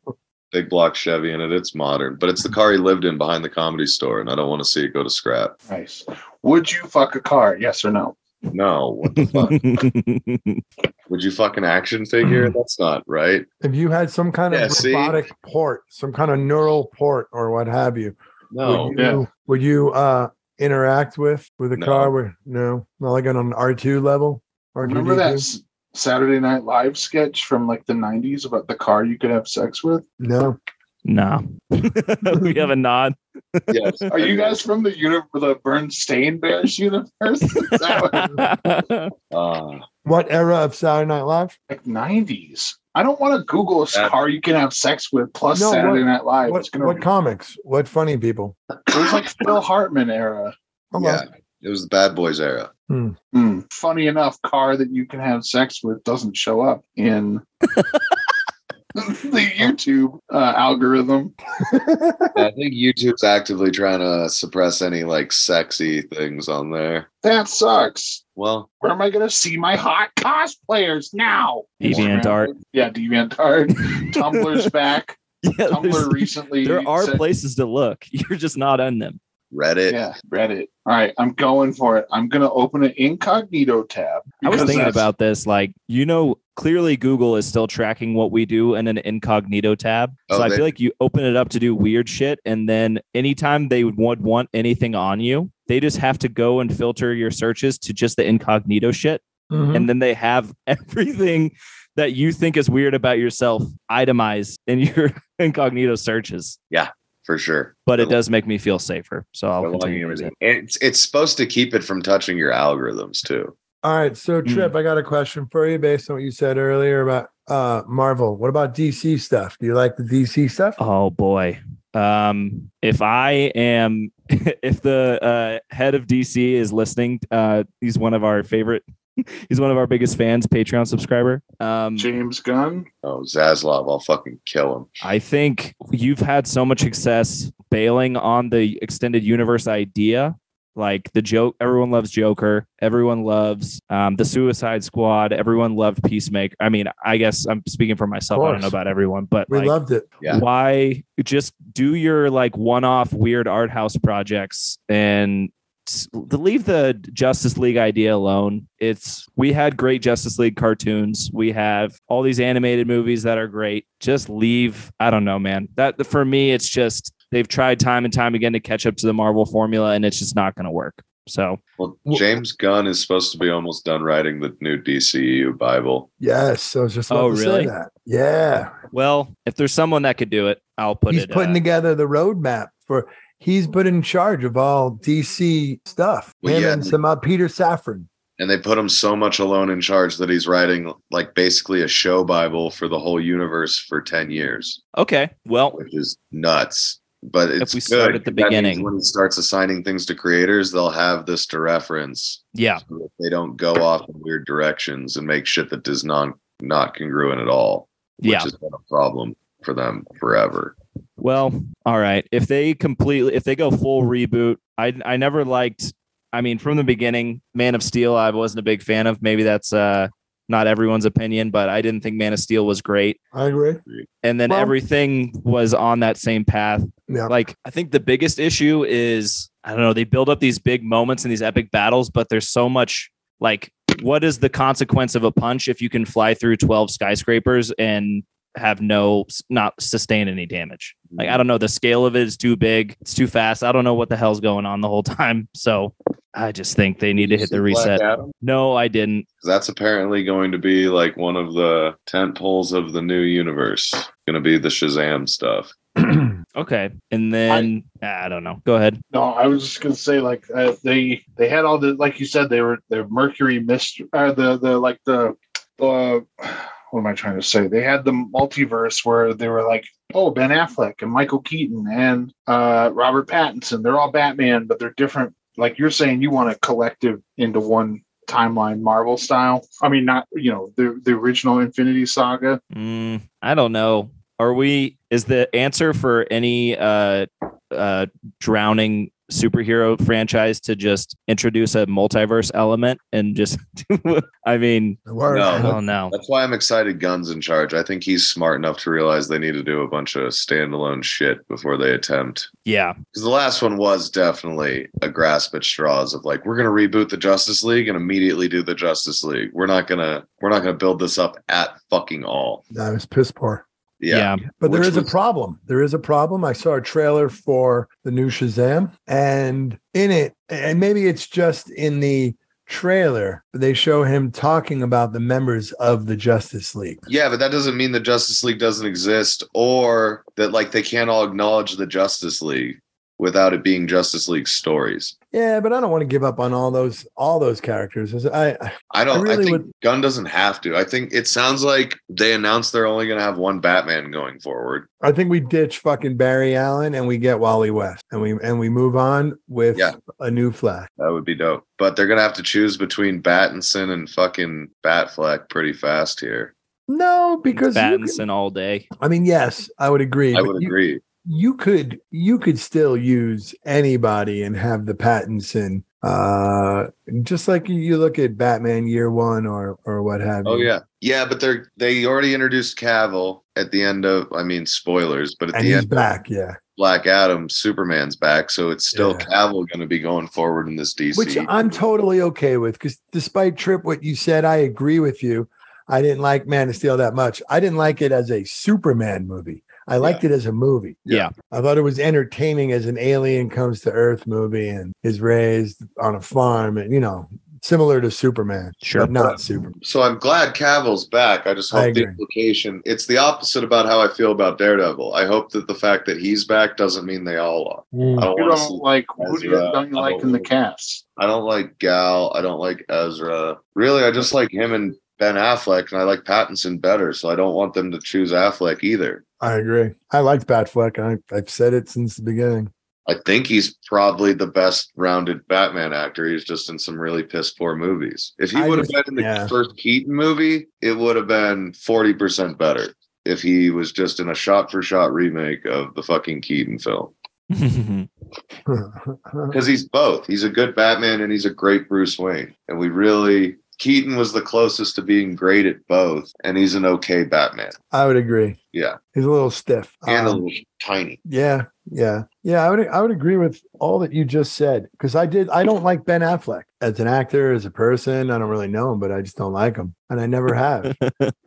big block Chevy in it. It's modern, but it's the car he lived in behind the comedy store, and I don't want to see it go to scrap.
Nice. Would you fuck a car? Yes or no?
No, what the fuck? Would you fucking action figure? That's not right.
If you had some kind
Yeah,
of
see?
robotic port, some kind of neural port or what have you,
No,
would you, would you uh, interact with with a
Oh, No.
car? Where no, not like on an R two level. R2
Remember that S- Saturday Night Live sketch from like the '90s about the car you could have sex with?
No,
nah. we have a nod.
yes.
Are you guys from the uni- the Bernstein Bears universe? Is that what-
Uh,
what era of Saturday Night Live?
like '90s. I don't want to Google a
Yeah.
car you can have sex with plus
No,
Saturday
what-
Night Live.
What
It's gonna
what comics? What funny people?
it was like Phil Hartman era.
Come on.
yeah, it was the Bad Boys era.
Hmm. Funny enough, car that you can have sex with doesn't show up in the YouTube uh, algorithm.
I think YouTube's actively trying to suppress any like sexy things on there.
That sucks.
Well,
Where am I going to see my hot cosplayers now?
DeviantArt.
Yeah, DeviantArt. Tumblr's back.
Yeah,
Tumblr
there's-
recently.
there are
said-
places to look. You're just not on them.
Reddit.
Yeah, Reddit. All right, I'm going for it. I'm going to open an incognito tab.
I was
because
thinking
that's-
about this. Like, you know, clearly Google is still tracking what we do in an incognito tab. So
Oh,
I
they-
feel like you open it up to do weird shit. And then anytime they would want anything on you, they just have to go and filter your searches to just the incognito shit.
Mhm.
And then they have everything that you think is weird about yourself itemized in your incognito searches.
for sure.
But it
They're-
does make me feel safer. So I'll
they're logging
continue
everything.
using
It's it's supposed to keep it from touching your algorithms too.
All right, so
Hmm.
Trip, I got a question for you based on what you said earlier about uh Marvel. What about DC stuff? Do you like the DC stuff?
Oh boy. Um, if I am, if the uh, head of DC is listening, uh, he's one of our favorite. he's one of our biggest fans, Patreon subscriber. Um,
James Gunn.
Oh, Zaslav, I'll fucking kill him.
I think you've had so much success bailing on the extended universe idea. Like the joke, everyone loves Joker. Everyone loves um, the Suicide Squad. Everyone loved Peacemaker. I mean, I guess I'm speaking for myself. I don't
course.
know about everyone, but
We
like,
loved it.
Yeah.
why just do your like one-off weird art house projects and s- leave the justice league idea alone it's we had great justice league cartoons we have all these animated movies that are great just leave i don't know man that for me it's just they've tried time and time again to catch up to the marvel formula and it's just not going to work so
Well,
Well-
James Gunn is supposed to be almost done writing the new DCU Bible.
Yes, I was just about
Oh,
to say
really?
that. Yeah.
well if there's someone that could do it i'll put
he's
it
putting
uh,
together the roadmap for he's put in charge of all DC stuff.
Well,
Him
yeah.
and some uh, Peter Safran.
And they put him so much alone in charge that he's writing like basically a show Bible for the whole universe for 10 years,
okay well
which is nuts. But it's
we
good,
start at the
'cause that means
beginning.
when he starts assigning things to creators, they'll have this to reference.
yeah
so that they don't go off in weird directions and make shit that does non not congruent at all. Which
yeah
has been a problem for them forever.
Well, all right. If they completely, if they go full reboot, I I never liked. I mean, from the beginning, Man of Steel, I wasn't a big fan of. Maybe that's uh not everyone's opinion, but I didn't think Man of Steel was great.
I agree.
And then
Well-
everything was on that same path.
Yeah.
Like I think the biggest issue is I don't know. They build up these big moments and these epic battles, but there's so much like what is the consequence of a punch if you can fly through 12 skyscrapers and have no not sustain any damage like i don't know the scale of it is too big it's too fast i don't know what the hell's going on the whole time so i just think they need to hit the reset no i didn't
That's apparently going to be like one of the tent poles of the new universe. Going to be the Shazam stuff.
okay and then ah, i don't know go ahead
No, I was just gonna say like uh, they they had all the like you said they were the Mercury mist uh, the the like the uh, what am I trying to say? They had the multiverse where they were like oh Ben Affleck and Michael Keaton and uh, Robert Pattinson they're all Batman but they're different. Like you're saying, you want a collective into one timeline Marvel style. I mean, not you know the the original Infinity Saga.
Mm, I don't know. Are we? Is the answer for any uh, uh, drowning superhero franchise to just introduce a multiverse element and just? I mean,
The word.
I
No.
don't know.
That's why I'm excited Gunn's in charge. I think he's smart enough to realize they need to do a bunch of standalone shit before they attempt.
Yeah,
Because the last one was definitely a grasp at straws of like, we're gonna reboot the Justice League and immediately do the Justice League. We're not gonna we're not gonna build this up at fucking all.
That was piss poor.
Yeah.
But there
Which
is a
was-
problem. There is a problem. I saw a trailer for the new Shazam, and in it, and maybe it's just in the trailer, but they show him talking about the members of the Justice League.
Yeah, but that doesn't mean the Justice League doesn't exist or that like they can't all acknowledge the Justice League without it being Justice League stories.
Yeah, but I don't want to give up on all those all those characters. As I, I
I don't I,
really
think
would-
Gunn doesn't have to. I think it sounds like they announced they're only gonna have one Batman going forward.
I think we ditch fucking Barry Allen and we get Wally West and we and we move on with
Yeah.
a new Flash.
That would be dope. But they're gonna have to choose between Battinson and fucking Batfleck pretty fast here.
No, No, because you could-
Pattinson all day.
I mean, yes, I would agree.
I
but
would
you-
agree.
you could you could still use anybody and have the Pattinson. Uh, just like you- you look at Batman Year One or or what have
Oh
you.
yeah, yeah. But they're they already introduced Cavill at the end of. I mean, spoilers, but at
and
the
he's
end, of
back. Yeah,
Black Adam, Superman's back, so it's still
Yeah.
Cavill going to be going forward in this DC.
which uh, I'm totally okay with because despite Trip, what you said, I agree with you. I didn't like Man of Steel that much. I didn't like it as a Superman movie. I liked it as a movie.
Yeah.
I thought it was entertaining as an alien comes to Earth movie and is raised on a farm and you know similar to Superman,
Sure.
but not Superman.
so I'm glad Cavill's back. I just
I
hope the
agree.
implication. It's the opposite about how I feel about Daredevil. I hope that the fact that he's back doesn't mean they all are. I don't,
You
Mm.
wanna see-
don't like who do you,
Ezra,
don't you like in the cast?
I don't like Gal. I don't like Ezra. Really, I just like him and Ben Affleck, and I like Pattinson better. So I don't want them to choose Affleck either.
I agree. I liked Batfleck. I, I've said it since the beginning.
I think he's probably the best rounded Batman actor. He's just in some really piss poor movies. If he
I
would have been
just-
in the
yeah.
first Keaton movie, it would have been 40% better if he was just in a shot for shot remake of the fucking Keaton film. Because he's both. He's a good Batman and he's a great Bruce Wayne. And we really, Keaton was the closest to being great at both. And he's an okay Batman.
I would agree.
Yeah.
He's a little stiff.
And a
Um,
little tiny.
yeah, yeah, yeah. I would I would agree with all that you just said because I did. I don't like Ben Affleck as an actor, as a person. I don't really know him, but I just don't like him, and I never have.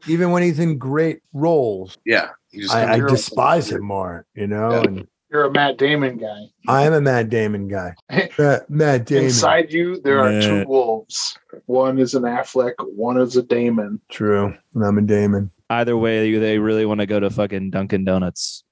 Even when he's in great roles,
Yeah. He just-
I, I despise him more. You know,
Yeah.
and
You're a Matt Damon guy.
I am a Matt Damon guy. Matt, Matt Damon.
Inside you, there are two
Yeah.
wolves. One is an Affleck, one is a Damon.
True. And I'm a Damon.
Either way, they really want to go to fucking Dunkin' Donuts.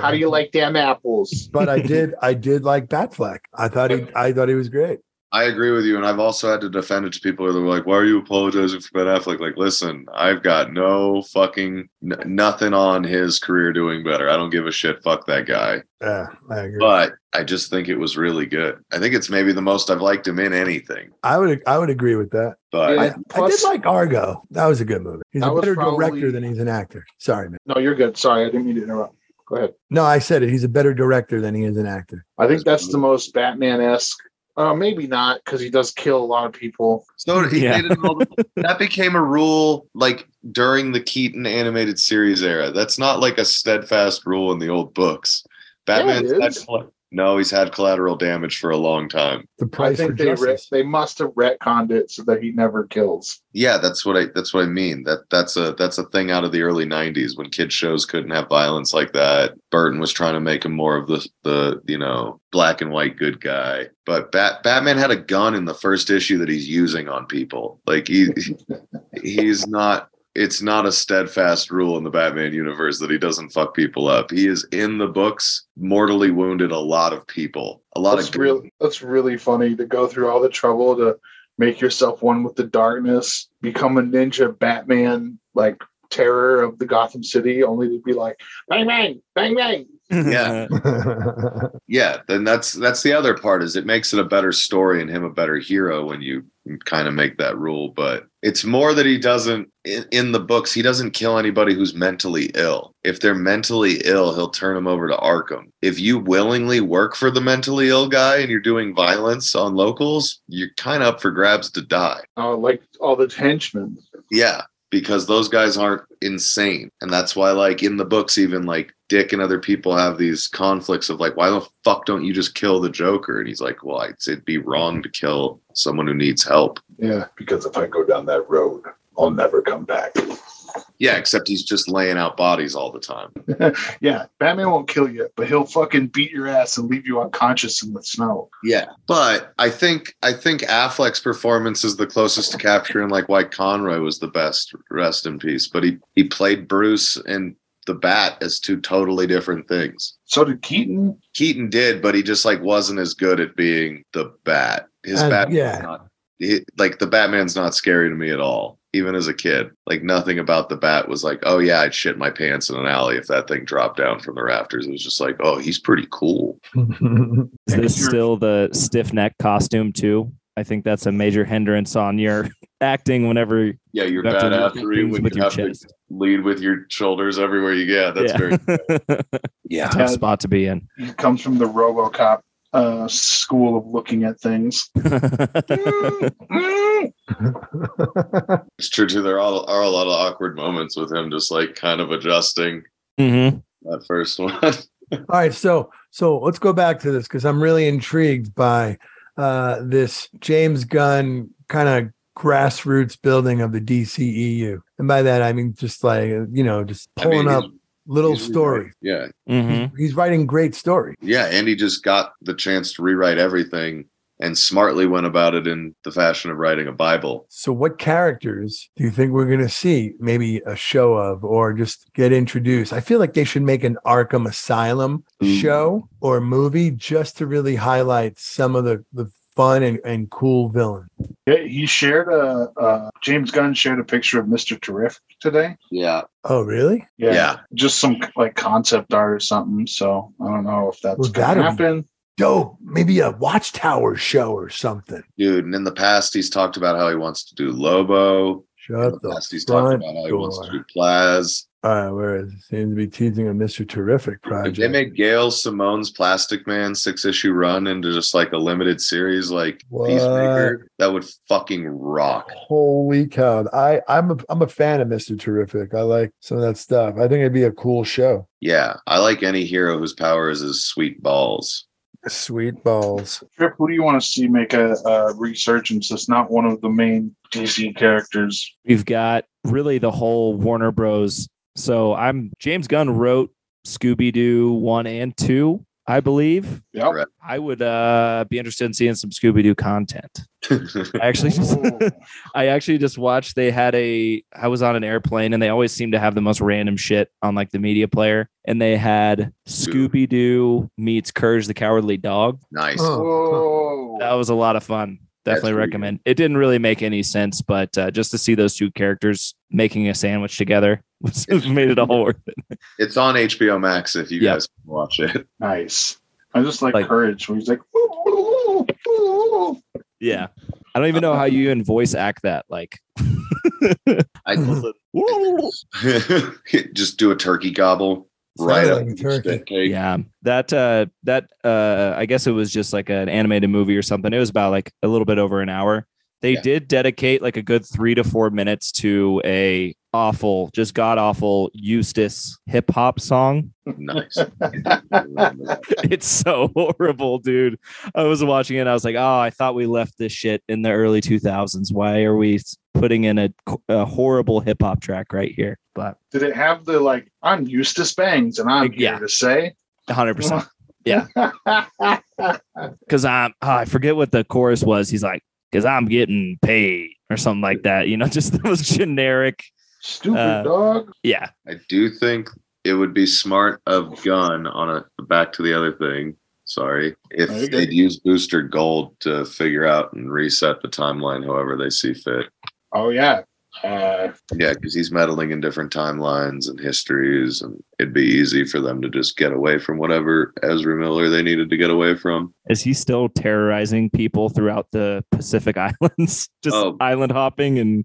How do you like damn apples?
but I did. I did like Batfleck. I thought he. I thought he was great.
I agree with you, and I've also had to defend it to people that were like, "Why are you apologizing for Ben Affleck?" Like, listen, I've got no fucking n- nothing on his career doing better. I don't give a shit. Fuck that guy.
Yeah, I agree.
But I just think it was really good. I think it's maybe the most I've liked him in anything.
I would I would agree with that.
But
Yeah.
I, I did
plus-
like Argo. That was a good movie. He's
That
a
was
better director
probably-
than he's an actor. Sorry, man.
No, you're good. Sorry, I didn't mean to interrupt. Go ahead.
No, I said it. He's a better director than he is an actor.
I think that's the most Batman esque. Uh, maybe not because he does kill a lot of people.
so he
Yeah.
made it all- that became a rule, like during the Keaton animated series era. That's not like a steadfast rule in the old books.
Yeah, it
Batman's had
is.
colla- no, he's had collateral damage for a long time.
The
I
price for
think they re-
justice.
they must have retconned it so that he never kills.
Yeah, that's what I that's what I mean. That that's a that's a thing out of the early '90s when kid shows couldn't have violence like that. Burton was trying to make him more of the the you know black and white good guy. But Bat, Batman had a gun in the first issue that he's using on people. Like he he's not. It's not a steadfast rule in the Batman universe that he doesn't fuck people up. He is in the books mortally wounded a lot of people. A lot
That's
of
real. That's really funny to go through all the trouble to make yourself one with the darkness, become a ninja Batman, like terror of the Gotham City, only to be like bang bang bang bang.
Yeah. yeah then that's that's the other part is it makes it a better story and him a better hero when you kind of make that rule but it's more that he doesn't in, in the books he doesn't kill anybody who's mentally ill if they're mentally ill he'll turn them over to arkham if you willingly work for the mentally ill guy and you're doing violence on locals you're kind of up for grabs to die
Uh, like all the henchmen.
yeah because those guys aren't insane and that's why like in the books even like dick and other people have these conflicts of like why the fuck don't you just kill the joker and he's like well it's, it'd be wrong to kill someone who needs help
Yeah, because if I go down that road, I'll never come back.
yeah except he's just laying out bodies all the time
Yeah, Batman won't kill you, but he'll fucking beat your ass and leave you unconscious in the snow.
yeah but i think i think affleck's performance is the closest to capturing like why conroy was the best rest in peace but he he played bruce and the bat as two totally different things
So did Keaton.
Keaton did, but he just like wasn't as good at being the bat. His
Uh,
Batman's
yeah.
not he- like the Batman's not scary to me at all, even as a kid. Like nothing about the bat was like, oh yeah, I'd shit my pants in an alley if that thing dropped down from the rafters. It was just like, oh, he's pretty cool.
Is this
Sure.
still the stiff neck costume too? I think that's a major hindrance on your acting whenever
Yeah, you're
You have to
bad
do
after
things
when
with
you
your
have to
chest.
lead with your shoulders everywhere you get. That's
Yeah.
very
a
yeah.
tough spot to be in.
He comes from the RoboCop uh, school of looking at things. Mm, mm.
It's true too. There are, are a lot of awkward moments with him, just like kind of adjusting
hmm
that first one.
All right, so so let's go back to this because I'm really intrigued by uh, this James Gunn kind of grassroots building of the DCEU. And by that I mean just like you know, just
I mean,
pulling up
he's-
little
he's Mm-hmm.
stories.
rewriting. Yeah,
hmm
He's writing great stories.
yeah, and he just got the chance to rewrite everything and smartly went about it in the fashion of writing a Bible.
So what characters do you think we're gonna see maybe a show of or just get introduced? I feel like they should make an Arkham Asylum
Ooh.
show or movie just to really highlight some of the, the fun and, and cool villains.
Yeah, He shared a uh, James Gunn shared a picture of Mister Terrific today.
Yeah,
Oh really?
yeah.
just some like concept art or something. So I don't know if that's
Well,
gonna
that'll be-
happen.
dope, maybe a watchtower show or something.
dude. And in the past, he's talked about how he wants to do Lobo. In
Shut
the past,
the
he's talked
front
about how he wants to
door.
do Plaz.
All right, whereas it seems to be teasing a Mr. Terrific
If they
project.
made Gail Simone's Plastic Man six issue run into just like a limited series, like
What?
Peacemaker, that would fucking rock.
Holy cow! I I'm a I'm a fan of Mr. Terrific. I like some of that stuff. I think it'd be a cool show.
Yeah, I like any hero whose power is his sweet balls.
Sweet balls.
Trip, who do you want to see make a, a resurgence that's not one of the main DC characters?
We've got really the whole Warner Bros. So I'm James Gunn wrote Scooby Doo one and two, I believe.
Yep.
Correct.
I would uh, be interested in seeing some Scooby Doo content. I actually just,
Ooh.
I actually just watched. They had a. I was on an airplane, and they always seem to have the most random shit on like the media player. And they had Scooby Doo meets Courage the Cowardly Dog.
nice.
Oh.
Whoa.
That was a lot of fun.
That's
Definitely
pretty
recommend. It didn't really make any sense, but uh, just to see those two characters making a sandwich together was, made it all worth it.
It's on HBO Max if you
Yeah.
guys can watch it.
nice. I just like,
Like-
courage where he's like, "Ooh, ooh, ooh, ooh."
Yeah, I don't even know how you in voice act that. Like,
I just do a turkey gobble right
Sounded
up
like a
the
turkey.
stick cake.
yeah, that uh, that uh, I guess it was just like an animated movie or something. It was about like a little bit over an hour. They
Yeah.
did dedicate like a good three to four minutes to a awful, just god awful Eustace hip hop song.
Nice.
it's so horrible, dude. I was watching it. and I was like, oh, I thought we left this shit in the early 2000s. Why are we s- putting in a, a horrible hip hop track right here? But
Did it have the like, I'm Eustace Bangs and I'm
Yeah.
here to say?
100%. Yeah. Because I'm, oh, I forget what the chorus was. He's like, because I'm getting paid or something like that. You know, just the most generic.
Stupid
Uh,
dog.
Yeah.
I do think it would be smart of Gun on a back to the other thing. Sorry, if
Oh, you're good.
they'd use Booster Gold to figure out and reset the timeline however they see fit.
Oh, yeah. Uh,
Yeah, because he's meddling in different timelines and histories, and it'd be easy for them to just get away from whatever Ezra Miller they needed to get away from.
Is he still terrorizing people throughout the Pacific Islands? just
Oh.
island hopping and.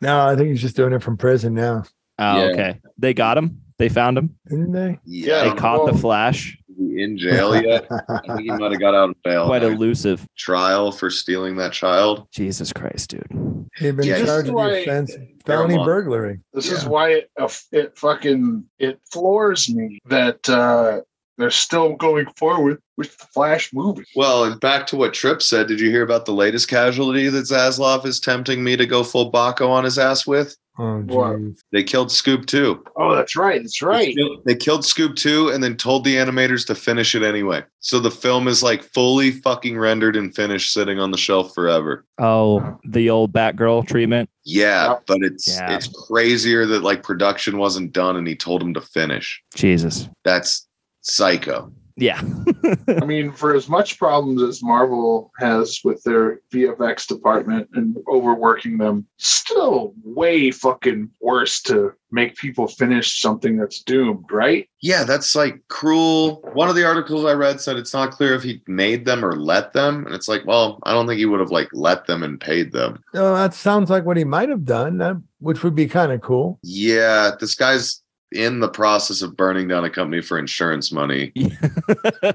no, I think he's just doing it from prison now,
Oh,
Yeah.
okay. They got him. They found him.
didn't they?
Yeah,
I
They
don't
caught the
well-
flash.
know if he's in jail yet. I think he might have got out of bail.
Quite
Quite a
elusive.
trial for stealing that child.
Jesus Christ, dude.
He'd been
Yeah, this
charged
is
with
why-
the offense felony
Paramount.
burglary.
this is
Yeah.
why it, uh, it fucking it floors me that uh, they're still going forward with the Flash movie.
Well, and back to what Tripp said. Did you hear about the latest casualty that Zaslav is tempting me to go full Baco on his ass with?
Oh,
What?
geez.
They killed Scoob too.
Oh, that's right. That's right.
They killed Scoob too, and then told the animators to finish it anyway. So the film is like fully fucking rendered and finished, sitting on the shelf forever.
Oh, the old Batgirl treatment.
Yeah,
Yeah.
but it's
Yeah.
it's crazier that like production wasn't done and he told him to finish.
Jesus.
That's psycho.
Yeah.
I mean, for as much problems as Marvel has with their VFX department and overworking them, still way fucking worse to make people finish something that's doomed, right?
Yeah, that's like cruel. One of the articles I read said it's not clear if he made them or let them. And it's like, well, I don't think he would have like let them and paid them.
Oh, that sounds like what he might have done, that, which would be kind of cool.
Yeah, this guy's in the process of burning down a company for insurance money.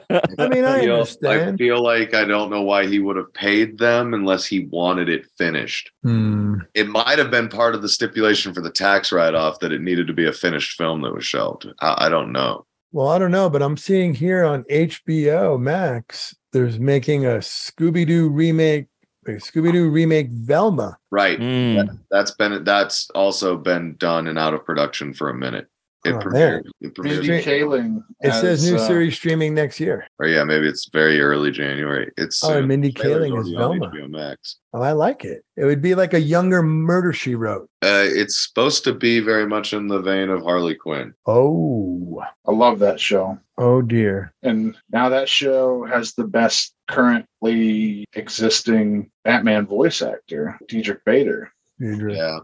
I mean, I
feel- I
understand.
feel like I don't know why he would have paid them unless he wanted it finished.
Hmm.
It might have been part of the stipulation for the tax write off that it needed to be a finished film that was shelved. I, I don't know.
Well, I don't know, but I'm seeing here on HBO Max, there's making a Scooby Doo remake, Scooby Doo remake Velma.
Right.
Hmm.
Mm.
That's been that's also been done and out of production for a minute. It
Oh,
premiered. It
Mindy
premiered.
Kaling.
It says
as,
new
uh,
series streaming next year.
Or yeah, maybe it's very early January. It's uh,
Oh, and
soon.
Mindy
Trailer's
Kaling is
already on
Velma.
HBO Max.
Oh, I like it. It would be like a younger murder she wrote.
Uh, it's supposed to be very much in the vein of Harley Quinn.
Oh,
I love that show.
oh dear.
And now that show has the best currently existing Batman voice actor, Diedrich Bader.
Deirdre.
Yeah.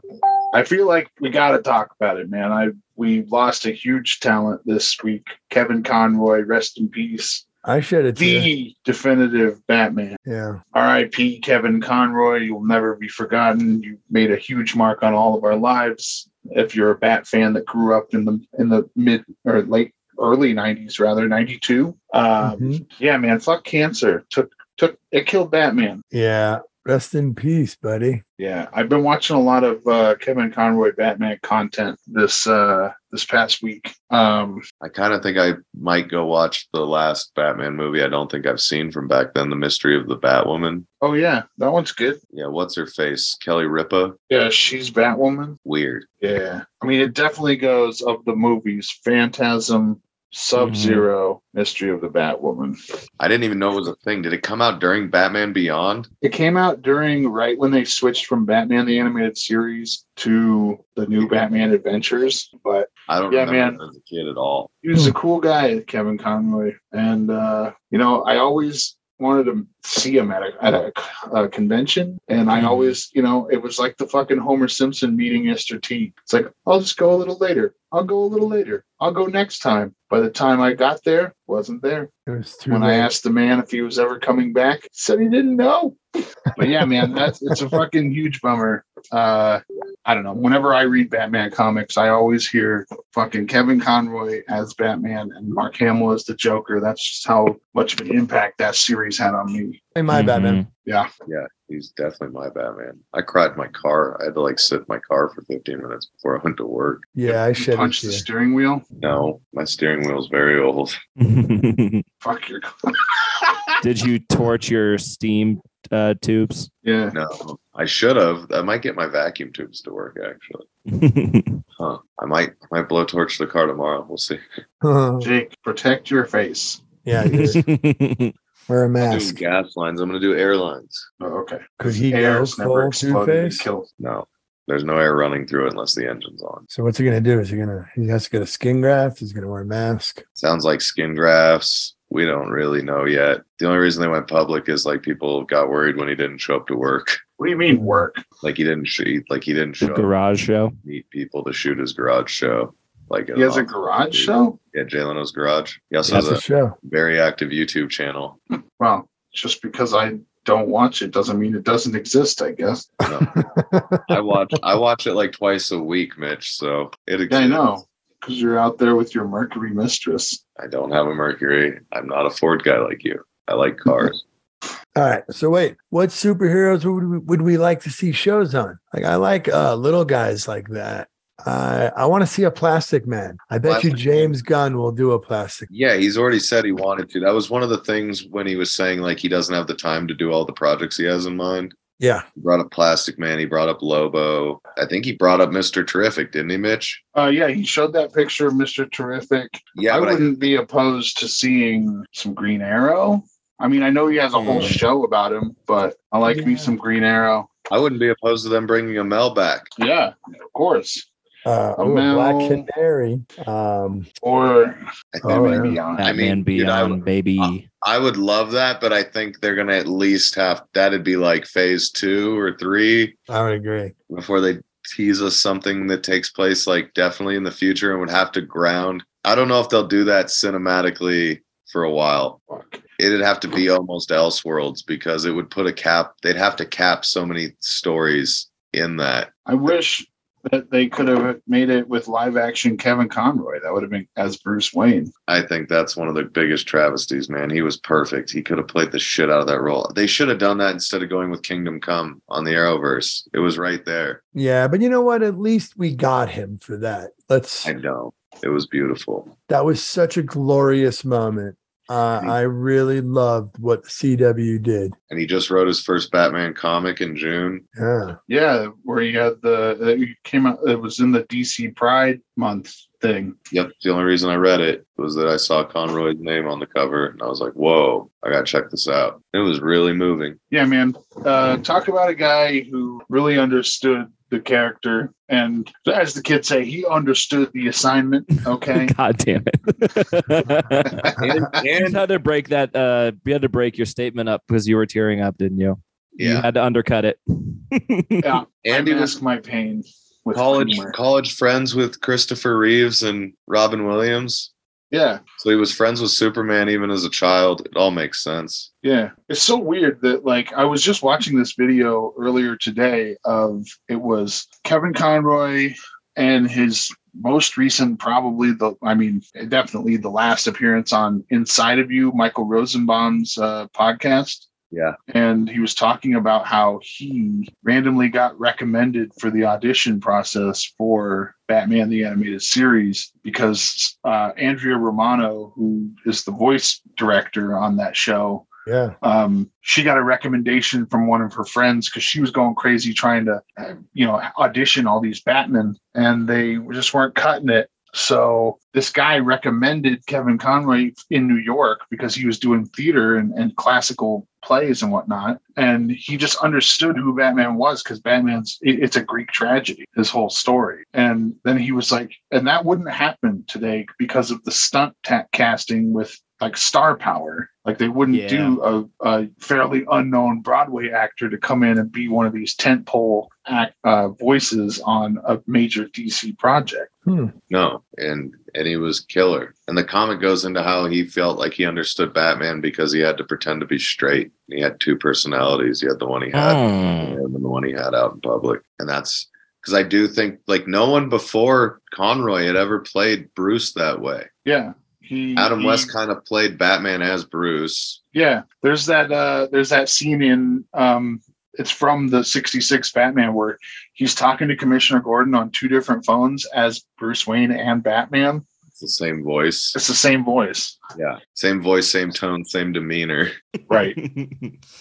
I feel like we got to talk about it, man. I we lost a huge talent this week. Kevin Conroy, rest in peace.
I shed a tear.
The definitive Batman.
Yeah.
R.I.P. Kevin Conroy. You'll never be forgotten. You made a huge mark on all of our lives. If you're a Bat fan that grew up in the in the mid or late early '90s, rather '92. Um,
Mhm.
Yeah, man. Fuck cancer. Took took it killed Batman.
Yeah. Rest in peace, buddy.
Yeah, I've been watching a lot of uh, Kevin Conroy Batman content this uh, this past week. Um,
I kind of think I might go watch the last Batman movie I don't think I've seen from back then, The Mystery of the Batwoman.
oh yeah, that one's good.
Yeah, what's her face? Kelly Ripa?
Yeah, she's Batwoman.
Weird.
Yeah, I mean it definitely goes of the movies: Phantasm, Sub 0 Mystery of the Batwoman.
I didn't even know it was a thing. Did it come out during Batman Beyond?
It came out during right when they switched from Batman the animated series to the new Batman Adventures, but
I don't
Yeah,
remember
man.
that as a kid at all.
he was a cool guy, Kevin Conroy, and uh, you know I always wanted to see him at a, at a, a convention, and I
Mhm.
always, you know, it was like the fucking Homer Simpson meeting Mr. T. It's like I'll just go a little later. I'll go a little later. I'll go next time. By the time I got there, wasn't there.
It was too
When I
late.
asked the man if he was ever coming back, he said he didn't know. But yeah, man, that's it's a fucking huge bummer. Uh, I don't know. Whenever I read Batman comics, I always hear fucking Kevin Conroy as Batman and Mark Hamill as the Joker. That's just how much of an impact that series had on me.
Hey, my
Mhm.
Mm-hmm.
Batman.
Yeah, he's definitely my Batman. I cried in my car. I had to like sit in my car for 15 minutes before I went to work.
Yeah, I
You
shed a
Punch the
tear.
steering wheel.
No, my steering wheel's very old.
Fuck your.
Mm-hmm. Did you torch your steam uh, tubes?
yeah.
No, I should have. I might get my vacuum tubes to work actually. Huh. I might I might blowtorch the car tomorrow. We'll see.
Jake, protect your face.
yeah. yes. Wear a mask.
Doing gas lines. I'm gonna do airlines.
Oh, okay.
Could he go
Air's never
full Two
exploded and
Face?
killed.
No. There's no air running through it unless the engine's on.
So what's he gonna do? Is he gonna he has to get a skin graft? He's gonna wear a mask.
Sounds like skin grafts. We don't really know yet. The only reason they went public is like people got worried when he didn't show up to work.
What do you mean work?
Like he didn't shoot. Like he didn't show
The
up
garage show.
meet people to shoot his garage show. Like
He has a
um,
garage show.
Yeah, Jay Leno's garage. He also
That's
has
a
a
show.
very active YouTube channel.
Well, just because I don't watch it doesn't mean it doesn't exist. I guess.
I watch I watch it like twice a week, Mitch. So it
Yeah,
exists.
I know. Because you're out there with your Mercury mistress.
I don't have a Mercury. I'm not a Ford guy like you. I like cars.
All right. So wait, what superheroes would we, would we like to see shows on? Like I like uh, little guys like that. I I want to see a Plastic Man. I bet
Plastic Man.
you James Gunn will do a Plastic.
yeah, he's already said he wanted to. That was one of the things when he was saying like he doesn't have the time to do all the projects he has in mind.
Yeah.
He brought up Plastic Man, he brought up Lobo. I think he brought up Mr. Terrific, didn't he, Mitch?
Uh, yeah, he showed that picture of Mr. Terrific.
Yeah,
I
but I-
wouldn't be opposed to seeing some Green Arrow. I mean, I know he has a whole
Mm.
show about him, but I like me
Yeah.
some Green Arrow.
I wouldn't be opposed to them bringing a Mel back.
Yeah, of course.
uh,
Oh,
ooh,
no.
Black Canary. Um,
or
I think-
Oh,
Batman
yeah.
Beyond.
I
Batman
mean, you know, uh,
Beyond, baby.
I would love that, but I think they're gonna at least have that'd be like phase two or three
I would agree.
before they tease us something that takes place like definitely in the future and would have to ground. I don't know if they'll do that cinematically for a while. It'd have to be almost Elseworlds because it would put a cap. They'd have to cap so many stories in that.
I wish that they could have made it with live action Kevin Conroy. That would have been as Bruce Wayne.
I think that's one of the biggest travesties, man. He was perfect. He could have played the shit out of that role. They should have done that instead of going with Kingdom Come on the Arrowverse. It was right there.
Yeah, but you know what? At least we got him for that. Let's.
I know. It was beautiful.
That was such a glorious moment. Uh, I really loved what CW did.
And he just wrote his first Batman comic in June.
Yeah.
Yeah, where he had the it came out. It was in the DC Pride Month thing.
Yep. The only reason I read it was that I saw Conroy's name on the cover and I was like, whoa, I got to check this out. It was really moving.
Yeah, man. Uh, talk about a guy who really understood the character, and as the kids say, he understood the assignment. Okay,
God damn it.
And,
you
and-
had to break that uh you had to break your statement up because you were tearing up, didn't you? You
yeah.
had to undercut it.
yeah.
And he
I
was
mask my pain with
college,
humor.
college friends with Christopher Reeves and Robin Williams.
Yeah,
So he was friends with Superman even as a child. It all makes sense.
Yeah. It's so weird that like I was just watching this video earlier today of it was Kevin Conroy and his most recent probably the I mean definitely the last appearance on Inside of You Michael Rosenbaum's uh, podcast.
Yeah.
And he was talking about how he randomly got recommended for the audition process for Batman the Animated Series because uh, Andrea Romano, who is the voice director on that show,
Yeah.
um, she got a recommendation from one of her friends because she was going crazy trying to, uh, you know, audition all these Batman, and they just weren't cutting it. So this guy recommended Kevin Conroy in New York because he was doing theater and, and classical plays and whatnot, and he just understood who Batman was because Batman's it- it's a Greek tragedy, his whole story. And then he was like, and that wouldn't happen today because of the stunt ta- casting with like star power. Like they wouldn't
Yeah.
do a, a fairly unknown Broadway actor to come in and be one of these tentpole act, uh, voices on a major DC project.
No, and and he was killer. And the comic goes into how he felt like he understood Batman because he had to pretend to be straight. He had two personalities. He had the one he had
Mm.
him and the one he had out in public. And that's because I do think like no one before Conroy had ever played Bruce that way.
Yeah. He,
Adam
he-
West kind of played Batman as Bruce.
Yeah, there's that uh there's that scene in um it's from the 66 Batman where he's talking to Commissioner Gordon on two different phones as Bruce Wayne and Batman.
It's the same voice.
It's the same voice.
Yeah. Same voice, same tone, same demeanor.
Right.